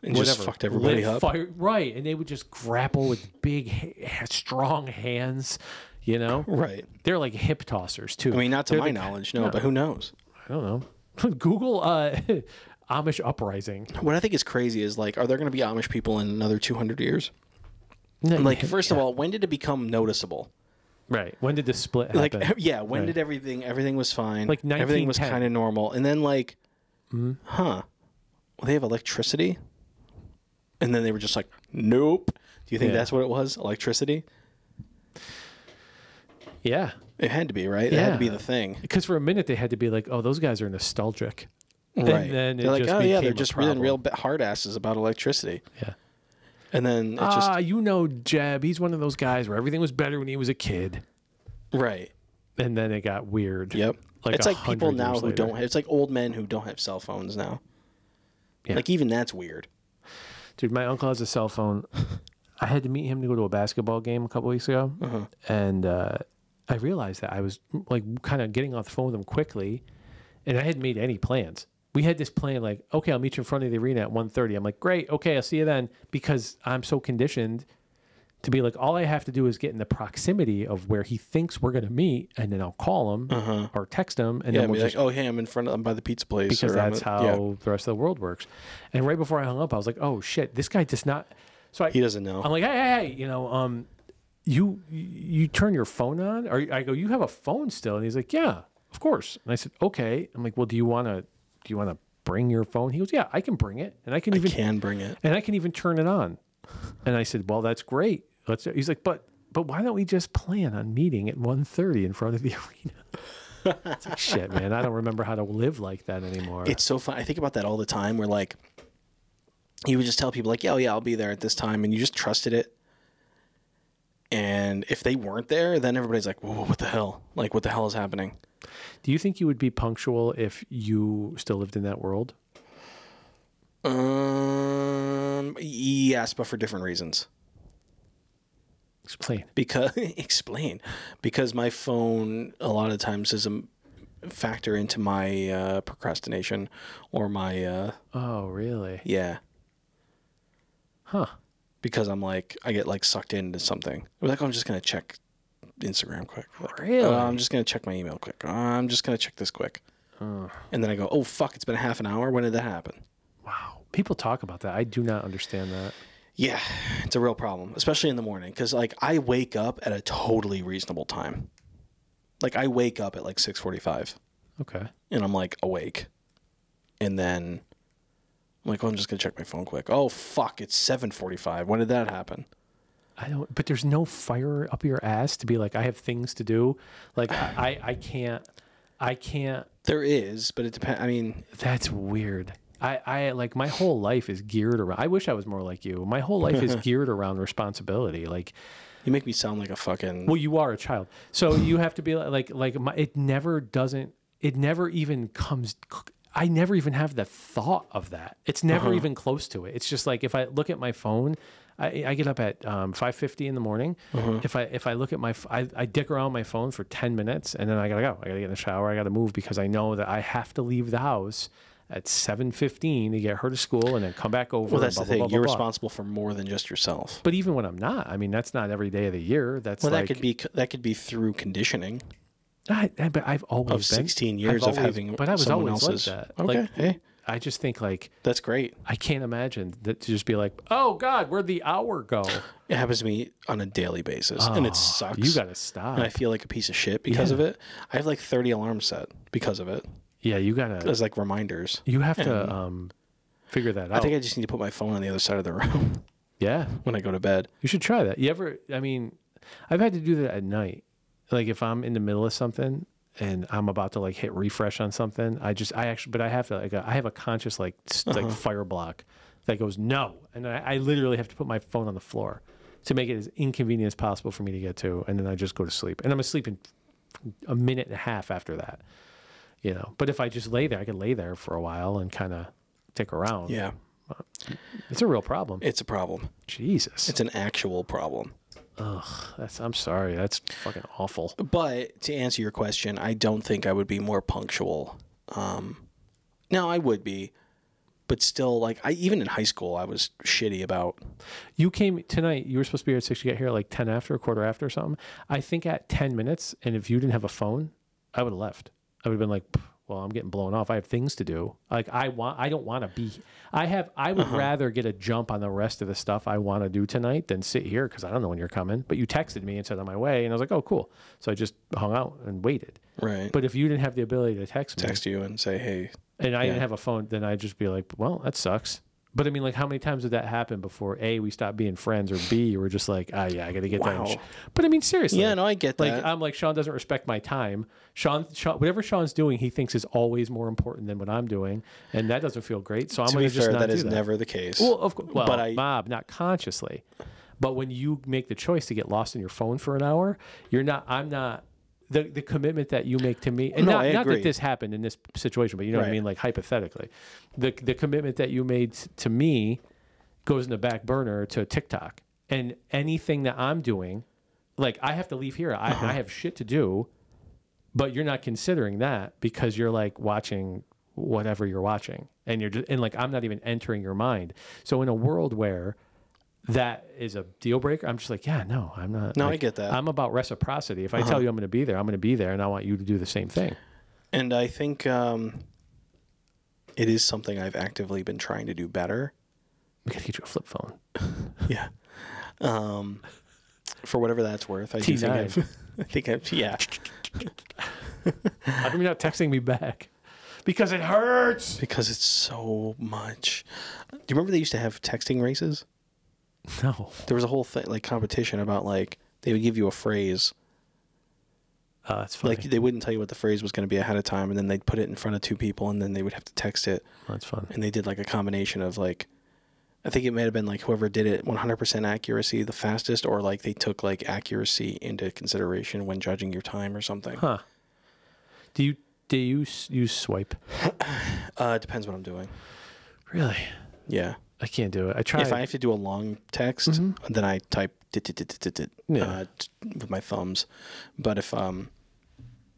[SPEAKER 2] And
[SPEAKER 1] whatever
[SPEAKER 2] just fucked
[SPEAKER 1] lit
[SPEAKER 2] everybody up.
[SPEAKER 1] fire- right and they would just grapple with big ha- ha- strong hands you know
[SPEAKER 2] right.
[SPEAKER 1] they're like hip tossers too
[SPEAKER 2] I mean, not to my knowledge, no, but who knows?
[SPEAKER 1] I don't know Google uh, Amish uprising
[SPEAKER 2] What I think is crazy is like, are there going to be Amish people in another 200 years?
[SPEAKER 1] No,
[SPEAKER 2] Like, first of all, when did it become noticeable?
[SPEAKER 1] right when did this split happen
[SPEAKER 2] Like, yeah, when did everything? Everything was fine.
[SPEAKER 1] Like
[SPEAKER 2] everything was
[SPEAKER 1] 1910. Mm-hmm.
[SPEAKER 2] kind of normal, and then like, huh? Well, they have electricity, and then they were just like, nope. Do you think
[SPEAKER 1] Yeah.
[SPEAKER 2] that's what it was? Electricity?
[SPEAKER 1] yeah
[SPEAKER 2] It had to be right. It had to be
[SPEAKER 1] Yeah.
[SPEAKER 2] the thing,
[SPEAKER 1] because for a minute they had to be like oh those guys are nostalgic
[SPEAKER 2] right?
[SPEAKER 1] then it
[SPEAKER 2] they're like,
[SPEAKER 1] just
[SPEAKER 2] oh yeah, they're
[SPEAKER 1] became a
[SPEAKER 2] just really
[SPEAKER 1] problem.
[SPEAKER 2] real ba- hard asses about electricity,
[SPEAKER 1] yeah.
[SPEAKER 2] and then it just
[SPEAKER 1] Ah, you know Jeb. He's one of those guys where everything was better when he was a kid,
[SPEAKER 2] right.
[SPEAKER 1] and then it got weird.
[SPEAKER 2] Yep.
[SPEAKER 1] Like
[SPEAKER 2] it's like
[SPEAKER 1] 100
[SPEAKER 2] people now
[SPEAKER 1] years
[SPEAKER 2] who
[SPEAKER 1] later.
[SPEAKER 2] don't. It's like old men who don't have cell phones now.
[SPEAKER 1] Yeah.
[SPEAKER 2] Like even that's weird.
[SPEAKER 1] Dude, my uncle has a cell phone. I had to meet him to go to a basketball game a couple weeks ago,
[SPEAKER 2] Uh-huh.
[SPEAKER 1] and uh, I realized that I was mm, like kind of getting off the phone with him quickly, and I hadn't made any plans. We had this plan like, okay, I'll meet you in front of the arena at 1.30. I'm like, great, okay, I'll see you then, because I'm so conditioned to be like, all I have to do is get in the proximity of where he thinks we're going to meet, and then I'll call him or text him, and
[SPEAKER 2] Uh-huh. Yeah,
[SPEAKER 1] then
[SPEAKER 2] be
[SPEAKER 1] we'll
[SPEAKER 2] like,
[SPEAKER 1] just
[SPEAKER 2] oh hey, I'm in front of I'm by the pizza place.
[SPEAKER 1] because
[SPEAKER 2] or I'm
[SPEAKER 1] that's
[SPEAKER 2] at-"
[SPEAKER 1] how
[SPEAKER 2] yeah.
[SPEAKER 1] the rest of the world works. And right before I hung up, I was like, "Oh shit, this guy does not." So I,
[SPEAKER 2] he doesn't know.
[SPEAKER 1] I'm like, "Hey, hey, hey, you know, um, you you turn your phone on?" Or I go, "You have a phone still?" And he's like, "Yeah, of course." And I said, "Okay." I'm like, "Well, do you want to do you want to bring your phone?" He goes, "Yeah, I can bring it, and I can even
[SPEAKER 2] Can bring it.
[SPEAKER 1] and I can even turn it on." And I said, "Well, that's great." Let's. He's like, "But." But why don't we just plan on meeting at 1.30 in front of the arena? it's like, shit, man. I don't remember how to live like that anymore.
[SPEAKER 2] It's so fun. I think about that all the time. Where like, you would just tell people like, yeah, oh, yeah, I'll be there at this time, and you just trusted it. And if they weren't there, then everybody's like, whoa, what the hell? Like, what the hell is happening?
[SPEAKER 1] Do you think you would be punctual if you still lived in that world?
[SPEAKER 2] Um, yes, but for different reasons.
[SPEAKER 1] Explain.
[SPEAKER 2] because explain because my phone a lot of times is a m- factor into my uh, procrastination or my uh,
[SPEAKER 1] Oh, really?
[SPEAKER 2] yeah
[SPEAKER 1] Huh.
[SPEAKER 2] because I'm like I get like sucked into something. I'm like oh, I'm just gonna check Instagram quick. Like,
[SPEAKER 1] Really?
[SPEAKER 2] "Oh, I'm just gonna check my email quick. Oh, I'm just gonna check this quick. And then I go, oh fuck, it's been half an hour. When did that happen?
[SPEAKER 1] Wow. People talk about that. I do not understand that.
[SPEAKER 2] Yeah, it's a real problem, especially in the morning, because like I wake up at a totally reasonable time. Like I wake up at like 6:45
[SPEAKER 1] Okay.
[SPEAKER 2] and I'm like awake. And then I'm like, "Oh, I'm just going to check my phone quick." Oh fuck, it's 7:45. When did that happen?
[SPEAKER 1] I don't. But there's no fire up your ass to be like, I have things to do. Like I, I, I can't. I can't.
[SPEAKER 2] There is, but it depends. I mean,
[SPEAKER 1] That's weird. I, I like my whole life is geared around. I wish I was more like you. My whole life is geared around responsibility. Like,
[SPEAKER 2] you make me sound like a fucking
[SPEAKER 1] well, you are a child, so you have to be li- like, like my. It never doesn't. It never even comes. I never even have the thought of that. It's never
[SPEAKER 2] Uh-huh.
[SPEAKER 1] even close to it. It's just like if I look at my phone, I, I get up at um, five fifty in the morning.
[SPEAKER 2] Uh-huh.
[SPEAKER 1] If I if I look at my, f- I, I dick around my phone for ten minutes, and then I gotta go. I gotta get in the shower. I gotta move because I know that I have to leave the house at seven fifteen to get her to school, and then come back over.
[SPEAKER 2] Well,
[SPEAKER 1] and
[SPEAKER 2] that's
[SPEAKER 1] blah,
[SPEAKER 2] the
[SPEAKER 1] blah,
[SPEAKER 2] thing.
[SPEAKER 1] blah, blah,
[SPEAKER 2] You're
[SPEAKER 1] blah.
[SPEAKER 2] responsible for more than just yourself.
[SPEAKER 1] But even when I'm not, I mean, that's not every day of the year. That's
[SPEAKER 2] Well,
[SPEAKER 1] like
[SPEAKER 2] that could be that could be through conditioning
[SPEAKER 1] I, I- but I've always
[SPEAKER 2] of
[SPEAKER 1] been,
[SPEAKER 2] 16
[SPEAKER 1] I've
[SPEAKER 2] years of
[SPEAKER 1] always-
[SPEAKER 2] having
[SPEAKER 1] But I was
[SPEAKER 2] someone
[SPEAKER 1] always
[SPEAKER 2] else's.
[SPEAKER 1] like that.
[SPEAKER 2] Okay,
[SPEAKER 1] Like,
[SPEAKER 2] hey,
[SPEAKER 1] I just think like
[SPEAKER 2] that's great.
[SPEAKER 1] I can't imagine that to just be like, oh God, where'd the hour go?
[SPEAKER 2] It happens to me on a daily basis, and it sucks.
[SPEAKER 1] Ah, You gotta
[SPEAKER 2] and I
[SPEAKER 1] stop.
[SPEAKER 2] feel like a piece of shit because of it. I have like 30 alarms set because of it
[SPEAKER 1] Yeah, you gotta.
[SPEAKER 2] as like reminders.
[SPEAKER 1] You have to um, figure that out.
[SPEAKER 2] I think I just need to put my phone on the other side of the room
[SPEAKER 1] yeah,
[SPEAKER 2] when I go to bed.
[SPEAKER 1] you should try that. You ever? I mean, I've had to do that at night. Like if I'm in the middle of something and I'm about to like hit refresh on something, I just I actually, but I have to like I have a conscious like s
[SPEAKER 2] Uh-huh.
[SPEAKER 1] like fire block that goes no, and I, I literally have to put my phone on the floor to make it as inconvenient as possible for me to get to, and then I just go to sleep, and I'm asleep in a minute and a half after that, you know. But if I just lay there, I could lay there for a while and kind of tick around.
[SPEAKER 2] Yeah,
[SPEAKER 1] it's a real problem.
[SPEAKER 2] it's a problem.
[SPEAKER 1] Jesus,
[SPEAKER 2] It's an actual problem.
[SPEAKER 1] that's I'm sorry, that's fucking awful.
[SPEAKER 2] But to answer your question, I don't think I would be more punctual. Um, no, I would be, but still, like I even in high school, I was shitty about.
[SPEAKER 1] You came tonight. You were supposed to be here at six. You get here at like ten after, a quarter after, or something. I think at ten minutes, and if you didn't have a phone, I would have left. I would have been like, "Pff, "Well, I'm getting blown off. I have things to do. Like I want. I don't want to be. I have. I would rather get a jump on the rest of the stuff I want to do tonight than sit here because I don't know when you're coming. But you texted me and said on my way, and I was like, "Oh, cool." So I just hung out and waited.
[SPEAKER 2] Right.
[SPEAKER 1] But if you didn't have the ability to text me,
[SPEAKER 2] text you and say, "Hey,
[SPEAKER 1] and I didn't have a phone, then I'd just be like, well, that sucks. But I mean, like, how many times did that happen before A, we stopped being friends, or B, you were just like, ah, yeah, I got to get
[SPEAKER 2] Wow.
[SPEAKER 1] down. Sh- But I mean, seriously.
[SPEAKER 2] yeah, no, I get
[SPEAKER 1] Like,
[SPEAKER 2] that."
[SPEAKER 1] I'm like, Sean doesn't respect my time. Sean, Sean, whatever Sean's doing, he thinks is always more important than what I'm doing. And that doesn't feel great. So I'm
[SPEAKER 2] to
[SPEAKER 1] going
[SPEAKER 2] be
[SPEAKER 1] to just
[SPEAKER 2] fair,
[SPEAKER 1] not
[SPEAKER 2] that
[SPEAKER 1] do
[SPEAKER 2] is
[SPEAKER 1] that.
[SPEAKER 2] never the case.
[SPEAKER 1] Well, of course. Well,
[SPEAKER 2] But I-
[SPEAKER 1] Bob, not consciously, but when you make the choice to get lost in your phone for an hour, you're not. I'm not. The, the commitment that you make to me, and
[SPEAKER 2] No,
[SPEAKER 1] not,
[SPEAKER 2] I
[SPEAKER 1] not
[SPEAKER 2] agree.
[SPEAKER 1] that this happened in this situation, but you know what I
[SPEAKER 2] Right.
[SPEAKER 1] mean, like hypothetically, the the commitment that you made t- to me goes in the back burner to TikTok, and anything that I'm doing, like I have to leave here. I,
[SPEAKER 2] Uh-huh.
[SPEAKER 1] I have shit to do, but you're not considering that because you're like watching whatever you're watching and you're just and like i'm not even entering your mind so in a world where that is a deal breaker i'm just like yeah no i'm not
[SPEAKER 2] No, I
[SPEAKER 1] like,
[SPEAKER 2] get that. Uh-huh.
[SPEAKER 1] i'm about reciprocity if i tell you i'm going to be there i'm going to be there and i want you to do the same thing
[SPEAKER 2] and I think um, it is something I've actively been trying to do better.
[SPEAKER 1] we gotta get you a flip phone
[SPEAKER 2] Yeah. Um, for whatever that's worth, I do think
[SPEAKER 1] T9.
[SPEAKER 2] I've, I think I've, yeah.
[SPEAKER 1] how come you're not texting me back because it hurts
[SPEAKER 2] because it's so much. Do you remember they used to have texting races?
[SPEAKER 1] no
[SPEAKER 2] There was a whole thing like competition about like they would give you a phrase,
[SPEAKER 1] uh, it's funny
[SPEAKER 2] like they wouldn't tell you what the phrase was going to be ahead of time, and then they'd put it in front of two people, and then they would have to text it,
[SPEAKER 1] that's fun
[SPEAKER 2] and they did like a combination of like, I think it may have been like whoever did it 100% accuracy the fastest, or like they took like accuracy into consideration when judging your time or something.
[SPEAKER 1] huh do you do you s- use swipe
[SPEAKER 2] Uh, it depends what I'm doing.
[SPEAKER 1] really
[SPEAKER 2] Yeah.
[SPEAKER 1] i can't do it i try
[SPEAKER 2] If I have to do a long text, then I type dit, dit, dit, dit, dit, dit,
[SPEAKER 1] Yeah.
[SPEAKER 2] uh, t- with my thumbs. But if um,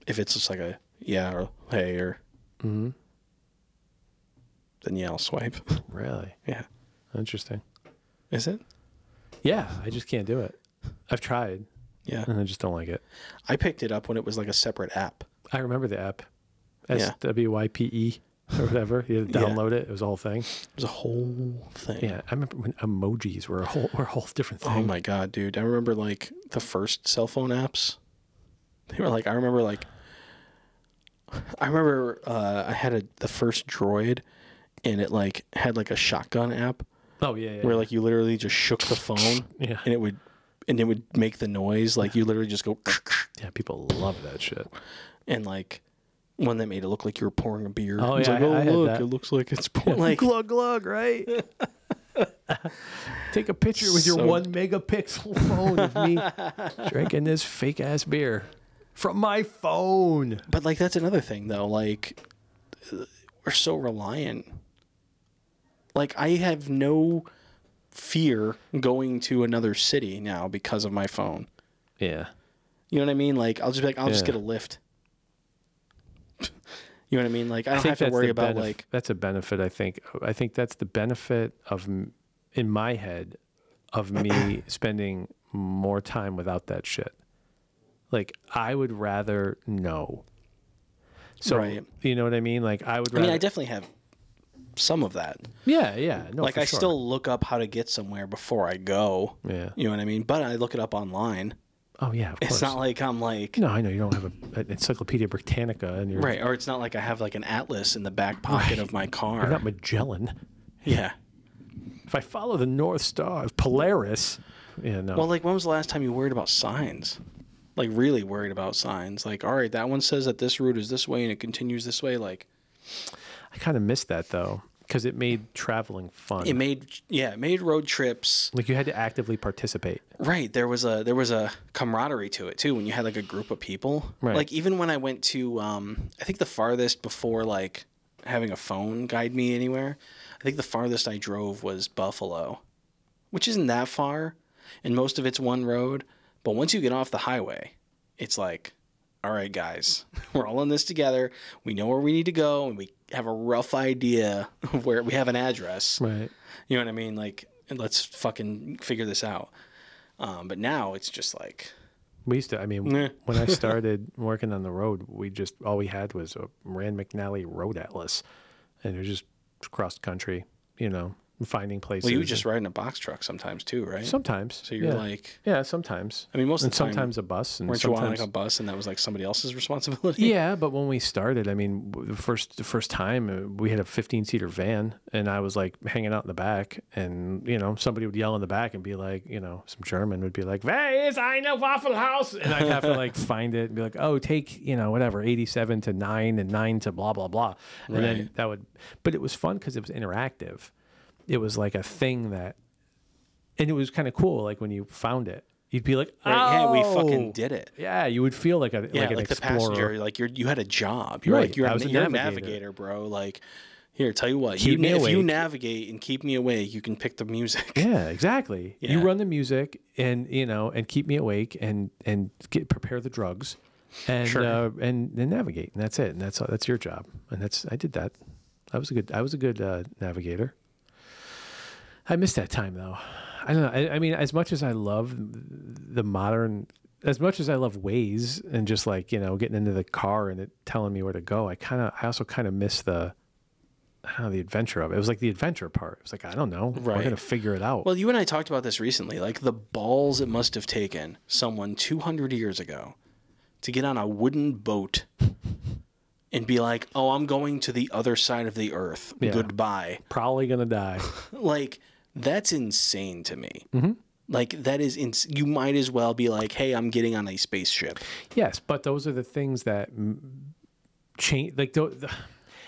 [SPEAKER 2] if it's just like a yeah or hey or
[SPEAKER 1] Mhm.
[SPEAKER 2] then yeah, I'll swipe.
[SPEAKER 1] really
[SPEAKER 2] yeah,
[SPEAKER 1] interesting
[SPEAKER 2] is it?
[SPEAKER 1] Yeah, I just can't do it. I've tried
[SPEAKER 2] Yeah,
[SPEAKER 1] and I just don't like it.
[SPEAKER 2] I picked it up when it was like a separate app.
[SPEAKER 1] I remember the app,
[SPEAKER 2] Yeah.
[SPEAKER 1] S W Y P E or whatever. You had to
[SPEAKER 2] Yeah.
[SPEAKER 1] download it. It was a whole thing.
[SPEAKER 2] It was a whole thing.
[SPEAKER 1] Yeah, I remember when emojis were a whole were a whole different
[SPEAKER 2] Oh
[SPEAKER 1] thing.
[SPEAKER 2] my god, dude! I remember like the first cell phone apps. They were like, I remember like, I remember uh, I had a the first droid, and it like had like a shotgun app
[SPEAKER 1] Oh yeah, yeah.
[SPEAKER 2] where like you literally just shook the phone,
[SPEAKER 1] Yeah.
[SPEAKER 2] and it would, and it would make the noise like you literally just go,
[SPEAKER 1] yeah, people love that shit.
[SPEAKER 2] and like one that made it look like you were pouring a beer.
[SPEAKER 1] Oh,
[SPEAKER 2] It's
[SPEAKER 1] yeah,
[SPEAKER 2] like,
[SPEAKER 1] I-
[SPEAKER 2] oh
[SPEAKER 1] I had
[SPEAKER 2] look,
[SPEAKER 1] that.
[SPEAKER 2] it looks like it's pouring. Like
[SPEAKER 1] glug glug, right? Take a picture with your
[SPEAKER 2] So-
[SPEAKER 1] one megapixel phone of me drinking this fake ass beer from my phone.
[SPEAKER 2] But like that's another thing though. Like uh, we're so reliant. Like I have no fear going to another city now because of my phone.
[SPEAKER 1] Yeah.
[SPEAKER 2] You know what I mean? Like I'll just be like I'll just
[SPEAKER 1] Yeah.
[SPEAKER 2] get a lift. you know what I mean? Like I don't
[SPEAKER 1] think
[SPEAKER 2] have to
[SPEAKER 1] that's
[SPEAKER 2] worry
[SPEAKER 1] the
[SPEAKER 2] about
[SPEAKER 1] benef-
[SPEAKER 2] like
[SPEAKER 1] that's a benefit. I think I think that's the benefit of m- in my head of me spending more time without that shit. Like I would rather know. So
[SPEAKER 2] Right.
[SPEAKER 1] you know what I mean? Like I would.
[SPEAKER 2] I
[SPEAKER 1] Rather,
[SPEAKER 2] mean I definitely have some of that.
[SPEAKER 1] yeah, yeah. No, Oh,
[SPEAKER 2] like
[SPEAKER 1] for
[SPEAKER 2] I
[SPEAKER 1] sure.
[SPEAKER 2] still look up how to get somewhere before I go.
[SPEAKER 1] Yeah.
[SPEAKER 2] You know what I mean? But I look it up online.
[SPEAKER 1] Oh yeah, of
[SPEAKER 2] It's
[SPEAKER 1] course.
[SPEAKER 2] not like I'm like
[SPEAKER 1] no, I know you don't have a, an Encyclopedia Britannica, and you're,
[SPEAKER 2] right, or it's not like I have like an atlas in the back pocket of my car.
[SPEAKER 1] you're not Magellan.
[SPEAKER 2] Yeah.
[SPEAKER 1] If I follow the North Star, of Polaris. Yeah, no.
[SPEAKER 2] Well, like, when was the last time you worried about signs? Like, really worried about signs? Like, all right, that one says that this route is this way and it continues this way. Like,
[SPEAKER 1] I kind of missed that though, because it made traveling fun.
[SPEAKER 2] it made, yeah, it made road trips.
[SPEAKER 1] Like you had to actively participate.
[SPEAKER 2] Right. There was a, there was a camaraderie to it too when you had like a group of people.
[SPEAKER 1] Right.
[SPEAKER 2] Like, even when I went to, um, I think the farthest before like having a phone guide me anywhere, I think the farthest I drove was Buffalo, which isn't that far. And most of it's one road. But once you get off the highway, it's like, all right, guys, we're all in this together. We know where we need to go, and we have a rough idea of where we have an address.
[SPEAKER 1] Right.
[SPEAKER 2] You know what I mean? Like, and let's fucking figure this out. Um, but now it's just like,
[SPEAKER 1] We used to. I mean,
[SPEAKER 2] Yeah.
[SPEAKER 1] when I started working on the road, we just all we had was a Rand McNally road atlas, and it was just cross country. You know, finding places.
[SPEAKER 2] well, you just ride in a box truck sometimes too, right?
[SPEAKER 1] sometimes.
[SPEAKER 2] so you're
[SPEAKER 1] yeah.
[SPEAKER 2] like,
[SPEAKER 1] yeah, sometimes.
[SPEAKER 2] I mean, most of
[SPEAKER 1] and
[SPEAKER 2] the time,
[SPEAKER 1] sometimes a bus, and
[SPEAKER 2] weren't you on
[SPEAKER 1] sometimes
[SPEAKER 2] like a bus, and that was like somebody else's responsibility?
[SPEAKER 1] Yeah, but when we started, I mean, w- the first the first time uh, we had a 15 seater van, and I was like hanging out in the back, and you know somebody would yell in the back and be like, you know, some German would be like, "Wer ist eine Waffelhaus?" and I'd have to like find it and be like, "Oh, take you know whatever 87 to nine and nine to blah blah blah," and then
[SPEAKER 2] Right.
[SPEAKER 1] that would. But it was fun because it was interactive. It was like a thing that, and it was kind of cool. Like when you found it, you'd be like, "Oh,
[SPEAKER 2] Right? Hey, we fucking did it.
[SPEAKER 1] Yeah, you would feel like a
[SPEAKER 2] Yeah,
[SPEAKER 1] like
[SPEAKER 2] like,
[SPEAKER 1] an
[SPEAKER 2] the
[SPEAKER 1] explorer.
[SPEAKER 2] passenger, like you're you had a job. You're
[SPEAKER 1] Right,
[SPEAKER 2] like you're,
[SPEAKER 1] I
[SPEAKER 2] a,
[SPEAKER 1] was a
[SPEAKER 2] you're a
[SPEAKER 1] navigator.
[SPEAKER 2] navigator, bro. Like here, tell you what,
[SPEAKER 1] Keep
[SPEAKER 2] you,
[SPEAKER 1] me
[SPEAKER 2] na- if you
[SPEAKER 1] awake.
[SPEAKER 2] navigate and keep me awake, you can pick the music.
[SPEAKER 1] Yeah, exactly. You
[SPEAKER 2] Yeah.
[SPEAKER 1] run the music and you know and keep me awake and and get prepare the drugs and
[SPEAKER 2] Sure.
[SPEAKER 1] uh, and and navigate and that's it and that's all, that's your job and that's I did that. I was a good I was a good uh, navigator. I miss that time though. I don't know. I, I mean, as much as I love the modern, as much as I love Waze and just like you know getting into the car and it telling me where to go, I kind of I also kind of miss the. I don't know, the adventure of it. It was like the adventure part. It was like, I don't know. We're
[SPEAKER 2] Right.
[SPEAKER 1] going to figure it out.
[SPEAKER 2] Well, you and I talked about this recently, like the balls it must have taken someone 200 years ago to get on a wooden boat and be like, "Oh, I'm going to the other side of the earth.
[SPEAKER 1] Yeah.
[SPEAKER 2] Goodbye."
[SPEAKER 1] probably gonna die.
[SPEAKER 2] Like that's insane to me.
[SPEAKER 1] Mm-hmm.
[SPEAKER 2] Like that is ins- you might as well be like, "Hey, I'm getting on a spaceship."
[SPEAKER 1] yes, but those are the things that m- change. Like tho- the,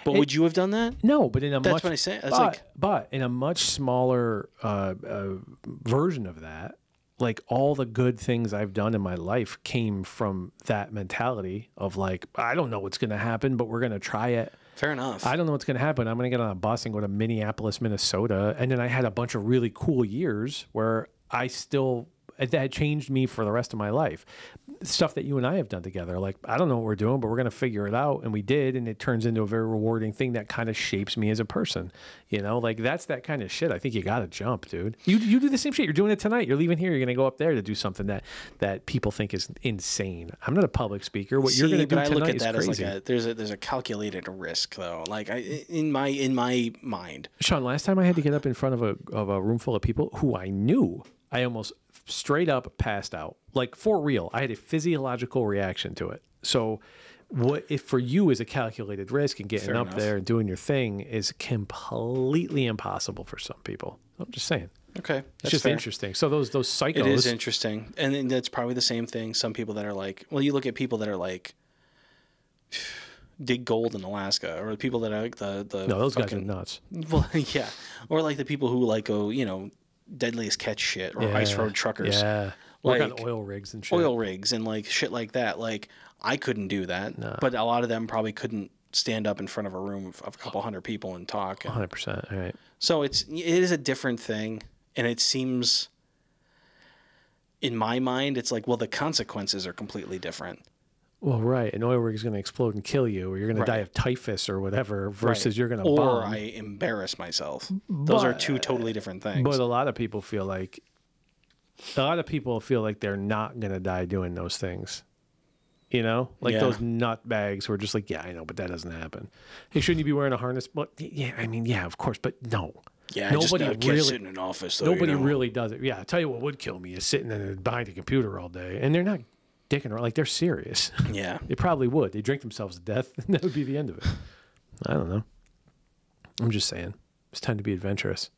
[SPEAKER 2] But would you have done that?
[SPEAKER 1] no, but in a
[SPEAKER 2] That's
[SPEAKER 1] much
[SPEAKER 2] what I say. That's
[SPEAKER 1] but,
[SPEAKER 2] like-
[SPEAKER 1] but in a much smaller uh, uh, version of that. Like all the good things I've done in my life came from that mentality of like I don't know what's gonna happen, but we're gonna try it.
[SPEAKER 2] Fair enough.
[SPEAKER 1] I don't know what's going to happen. I'm going to get on a bus and go to Minneapolis, Minnesota. And then I had a bunch of really cool years where I still, that changed me for the rest of my life. Stuff that you and I have done together. Like, I don't know what we're doing, but we're going to figure it out. And we did. And it turns into a very rewarding thing that kind of shapes me as a person. You know, like that's that kind of shit. I think you got to jump, dude. You, you do the same shit. You're doing it tonight. You're leaving here. You're going to go up there to do something that, that people think is insane. I'm not a public speaker. What you're
[SPEAKER 2] See,
[SPEAKER 1] going to do
[SPEAKER 2] but
[SPEAKER 1] tonight
[SPEAKER 2] I look at
[SPEAKER 1] is
[SPEAKER 2] that
[SPEAKER 1] crazy.
[SPEAKER 2] as like a there's a there's a calculated risk though. Like I in my in my mind.
[SPEAKER 1] Sean, last time I had to get up in front of a of a room full of people who I knew, I almost straight up passed out, like for real. I had a physiological reaction to it. So, what if for you is a calculated risk and getting
[SPEAKER 2] Fair
[SPEAKER 1] up
[SPEAKER 2] enough.
[SPEAKER 1] there and doing your thing is completely impossible for some people. I'm just saying,
[SPEAKER 2] Okay.
[SPEAKER 1] it's
[SPEAKER 2] that's
[SPEAKER 1] just
[SPEAKER 2] fair.
[SPEAKER 1] interesting. So those those psychos,
[SPEAKER 2] It is interesting, and then that's probably the same thing. Some people that are like, well, you look at people that are like, dig gold in Alaska, or people that are like the the
[SPEAKER 1] no, those guys are
[SPEAKER 2] fucking-
[SPEAKER 1] nuts.
[SPEAKER 2] Well, yeah, or like the people who like go, you know, deadliest catch shit or ice
[SPEAKER 1] Yeah.
[SPEAKER 2] road truckers,
[SPEAKER 1] yeah, work
[SPEAKER 2] Like,
[SPEAKER 1] on oil rigs and shit.
[SPEAKER 2] oil rigs, and like shit like that. Like I couldn't do that, but a lot of them probably couldn't stand up in front of a room of, of a couple hundred people and talk. And-
[SPEAKER 1] 100. percent All right.
[SPEAKER 2] so it's it is a different thing, and it seems. In my mind, it's like, well, the consequences are completely different.
[SPEAKER 1] Well, right. An oil rig is going to explode and kill you, or you're going to die of typhus or whatever, versus you're going to
[SPEAKER 2] or
[SPEAKER 1] bomb.
[SPEAKER 2] I embarrass myself. Those are two totally different things.
[SPEAKER 1] But a lot of people feel like a lot of people feel like they're not gonna die doing those things. You know, like
[SPEAKER 2] Yeah.
[SPEAKER 1] those nut bags who are just like, yeah, I know, but that doesn't happen. Hey, shouldn't you be wearing a harness? But yeah, I mean, yeah, of course, but no,
[SPEAKER 2] yeah,
[SPEAKER 1] nobody
[SPEAKER 2] I just, I
[SPEAKER 1] really-
[SPEAKER 2] can't sit in an office. Though, Oh, you
[SPEAKER 1] nobody
[SPEAKER 2] know?
[SPEAKER 1] really does it. Yeah, I tell you what would kill me is sitting in, behind a computer all day, and they're not dicking around. Like they're serious.
[SPEAKER 2] Yeah,
[SPEAKER 1] They probably would. They drink themselves to death, and that would be the end of it. I don't know. I'm just saying, it's time to be adventurous.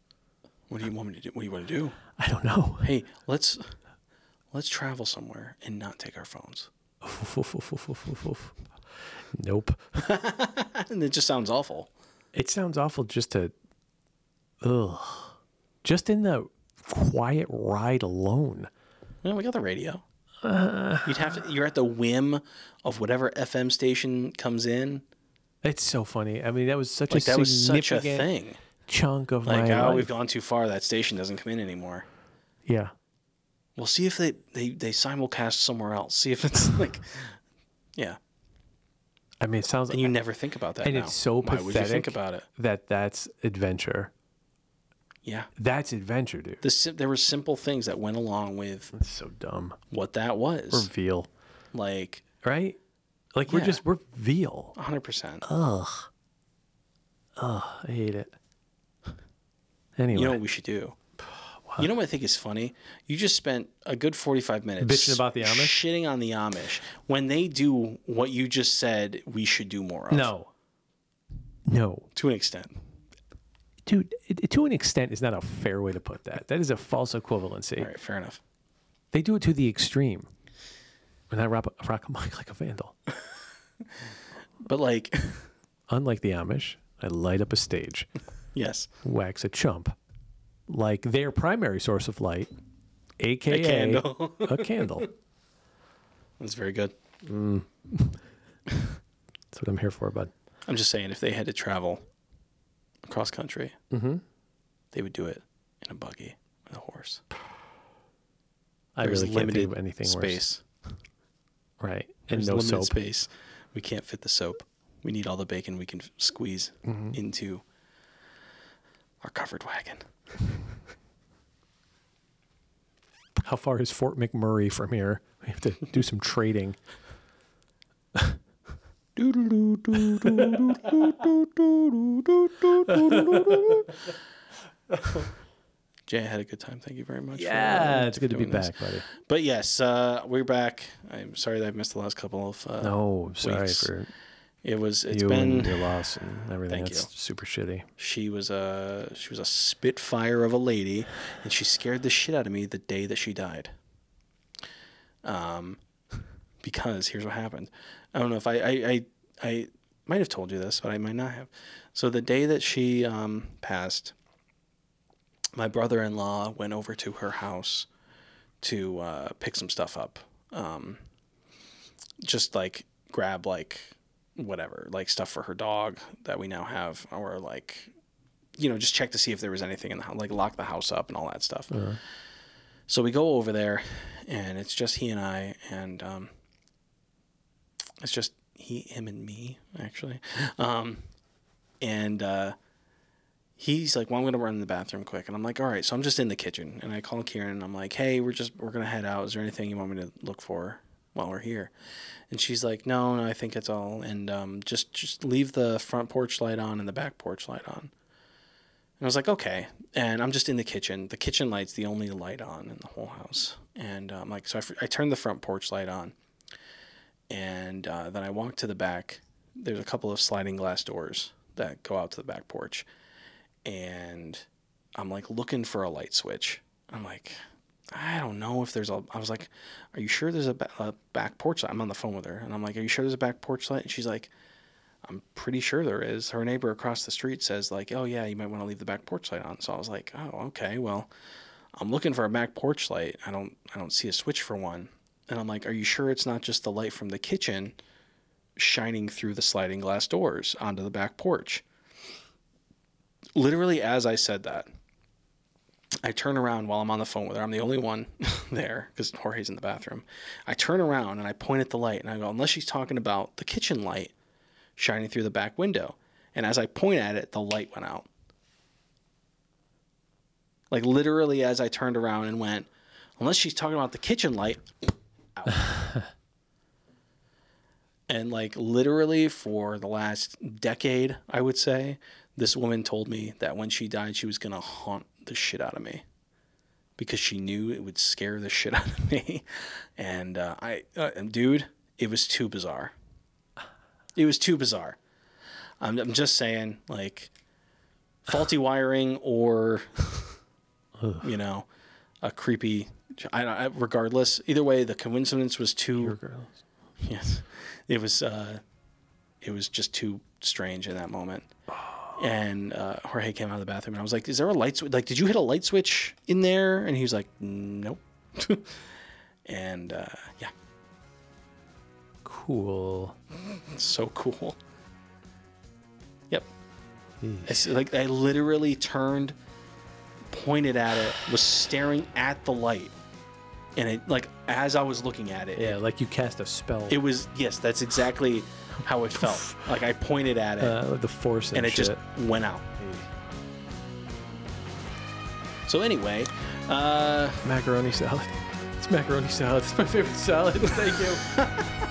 [SPEAKER 2] what do you want me to do? What do you want to do?
[SPEAKER 1] I don't know.
[SPEAKER 2] Hey, let's let's travel somewhere and not take our phones.
[SPEAKER 1] Nope.
[SPEAKER 2] and it just sounds awful.
[SPEAKER 1] It sounds awful just to, ugh, just in the quiet ride alone.
[SPEAKER 2] No, we got the radio. You'd have to. You're at the whim of whatever FM station comes in.
[SPEAKER 1] It's so funny. I mean, that was such
[SPEAKER 2] Like
[SPEAKER 1] a
[SPEAKER 2] that was
[SPEAKER 1] significant
[SPEAKER 2] such a thing.
[SPEAKER 1] chunk of
[SPEAKER 2] Like,
[SPEAKER 1] my
[SPEAKER 2] oh,
[SPEAKER 1] life.
[SPEAKER 2] we've gone too far. That station doesn't come in anymore.
[SPEAKER 1] Yeah.
[SPEAKER 2] We'll see if they they they simulcast somewhere else. See if it's like, yeah.
[SPEAKER 1] I mean, it sounds
[SPEAKER 2] And you never think about that.
[SPEAKER 1] And
[SPEAKER 2] now.
[SPEAKER 1] it's so
[SPEAKER 2] Why would you think
[SPEAKER 1] pathetic.
[SPEAKER 2] about it?
[SPEAKER 1] that that's adventure.
[SPEAKER 2] Yeah.
[SPEAKER 1] That's adventure, dude.
[SPEAKER 2] The, sim- there were simple things that went along with
[SPEAKER 1] That's so dumb.
[SPEAKER 2] what that
[SPEAKER 1] We're
[SPEAKER 2] was.
[SPEAKER 1] veal,
[SPEAKER 2] Like,
[SPEAKER 1] right? Like we're
[SPEAKER 2] Yeah.
[SPEAKER 1] just we're veal.
[SPEAKER 2] 100%.
[SPEAKER 1] Oh, I hate it. Anyway,
[SPEAKER 2] You know what we should do? You know what I think is funny? You just spent a good 45 minutes
[SPEAKER 1] Bitching about the Amish?
[SPEAKER 2] Shitting on the Amish. When they do what you just said, we should do more of.
[SPEAKER 1] no, no.
[SPEAKER 2] To an extent.
[SPEAKER 1] dude, it, it- to an extent, is not a fair way to put that. That is a false equivalency.
[SPEAKER 2] All right, fair enough.
[SPEAKER 1] They do it to the extreme. And I rock, rock a mic like a vandal.
[SPEAKER 2] But, like,
[SPEAKER 1] Unlike the Amish, I light up a stage,
[SPEAKER 2] yes.
[SPEAKER 1] wax a chump, like their primary source of light, aka
[SPEAKER 2] A candle.
[SPEAKER 1] a candle.
[SPEAKER 2] That's very good.
[SPEAKER 1] That's what I'm here for, bud.
[SPEAKER 2] I'm just saying, if they had to travel across country,
[SPEAKER 1] Mm-hmm.
[SPEAKER 2] they would do it in a buggy with a horse.
[SPEAKER 1] I
[SPEAKER 2] There's
[SPEAKER 1] really can't
[SPEAKER 2] limited
[SPEAKER 1] think of anything worse.
[SPEAKER 2] space.
[SPEAKER 1] Right. And
[SPEAKER 2] There's
[SPEAKER 1] no
[SPEAKER 2] limited
[SPEAKER 1] soap.
[SPEAKER 2] space. We can't fit the soap. We need all the bacon we can f- squeeze
[SPEAKER 1] Mm-hmm.
[SPEAKER 2] into our covered wagon.
[SPEAKER 1] How far is Fort McMurray from here? We have to do some trading.
[SPEAKER 2] Jay, I had a good time. Thank you very much. for, uh,
[SPEAKER 1] Yeah, it's good to be
[SPEAKER 2] doing this.
[SPEAKER 1] back, buddy.
[SPEAKER 2] But yes, uh, we're back. I'm sorry that I missed the last couple of. Uh,
[SPEAKER 1] No, I'm sorry
[SPEAKER 2] Weeks.
[SPEAKER 1] for
[SPEAKER 2] It was. It's
[SPEAKER 1] you and
[SPEAKER 2] been.
[SPEAKER 1] your loss and everything.
[SPEAKER 2] Thank
[SPEAKER 1] That's
[SPEAKER 2] you.
[SPEAKER 1] super shitty.
[SPEAKER 2] She was a. She was a spitfire of a lady, and she scared the shit out of me the day that she died. um, because here's what happened. I don't know if I, I, I, I might have told you this, but I might not have. So the day that she um, passed, my brother in law went over to her house to uh, pick some stuff up. Um, just like grab like whatever, like stuff for her dog that we now have, or like, you know, just check to see if there was anything in the house, like lock the house up and all that stuff. So we go over there, and it's just he and I, and um, it's just he, him, and me actually. Um, and uh, he's like, "Well, I'm gonna run in the bathroom quick," and I'm like, "All right." So I'm just in the kitchen, and I call Kieran, and I'm like, "Hey, we're just we're gonna head out. Is there anything you want me to look for while we're here?" And she's like, "No, no, I think it's all." And um, just just leave the front porch light on and the back porch light on. I was like, okay. And I'm just in the kitchen. The kitchen light's the only light on in the whole house. And um, like, so I, fr- I turned the front porch light on. And uh, then I walked to the back. There's a couple of sliding glass doors that go out to the back porch. And I'm like looking for a light switch. I'm like, I don't know if there's a. I was like, are you sure there's a, ba- a back porch light? I'm on the phone with her. And I'm like, are you sure there's a back porch light? And she's like, I'm pretty sure there is. Her neighbor across the street says, like, oh, yeah, you might want to leave the back porch light on. So I was like, oh, okay, well, I'm looking for a back porch light. I don't, I don't see a switch for one. And I'm like, are you sure it's not just the light from the kitchen shining through the sliding glass doors onto the back porch? Literally, as I said that, I turn around while I'm on the phone with her. I'm the only one there because Jorge's in the bathroom. I turn around and I point at the light and I go, unless she's talking about the kitchen light shining through the back window. And as I point at it, the light went out. Like literally, as I turned around and went, unless she's talking about the kitchen light, out. and like literally for the last decade, I would say, this woman told me that when she died, she was going to haunt the shit out of me because she knew it would scare the shit out of me. And uh, I, uh, and dude, it was too bizarre it was too bizarre. I'm, I'm just saying, like, faulty wiring or, you know, a creepy. I, I regardless, either way, the coincidence was too. Yes, it was. Uh, it was just too strange in that moment. And uh, Jorge came out of the bathroom, and I was like, "Is there a light switch? Like, did you hit a light switch in there?" And he was like, "Nope." and uh, yeah,
[SPEAKER 1] Cool.
[SPEAKER 2] it's so cool. Yep.
[SPEAKER 1] Yeesh.
[SPEAKER 2] It's like I literally turned, pointed at it, was staring at the light, and it like as I was looking at it,
[SPEAKER 1] Yeah,
[SPEAKER 2] it,
[SPEAKER 1] like you cast a spell.
[SPEAKER 2] it was yes, that's exactly how it felt. Like I pointed at it,
[SPEAKER 1] uh, the force and,
[SPEAKER 2] and it
[SPEAKER 1] shit.
[SPEAKER 2] just went out. So anyway, uh,
[SPEAKER 1] macaroni salad. It's macaroni salad. It's my favorite salad. Thank you.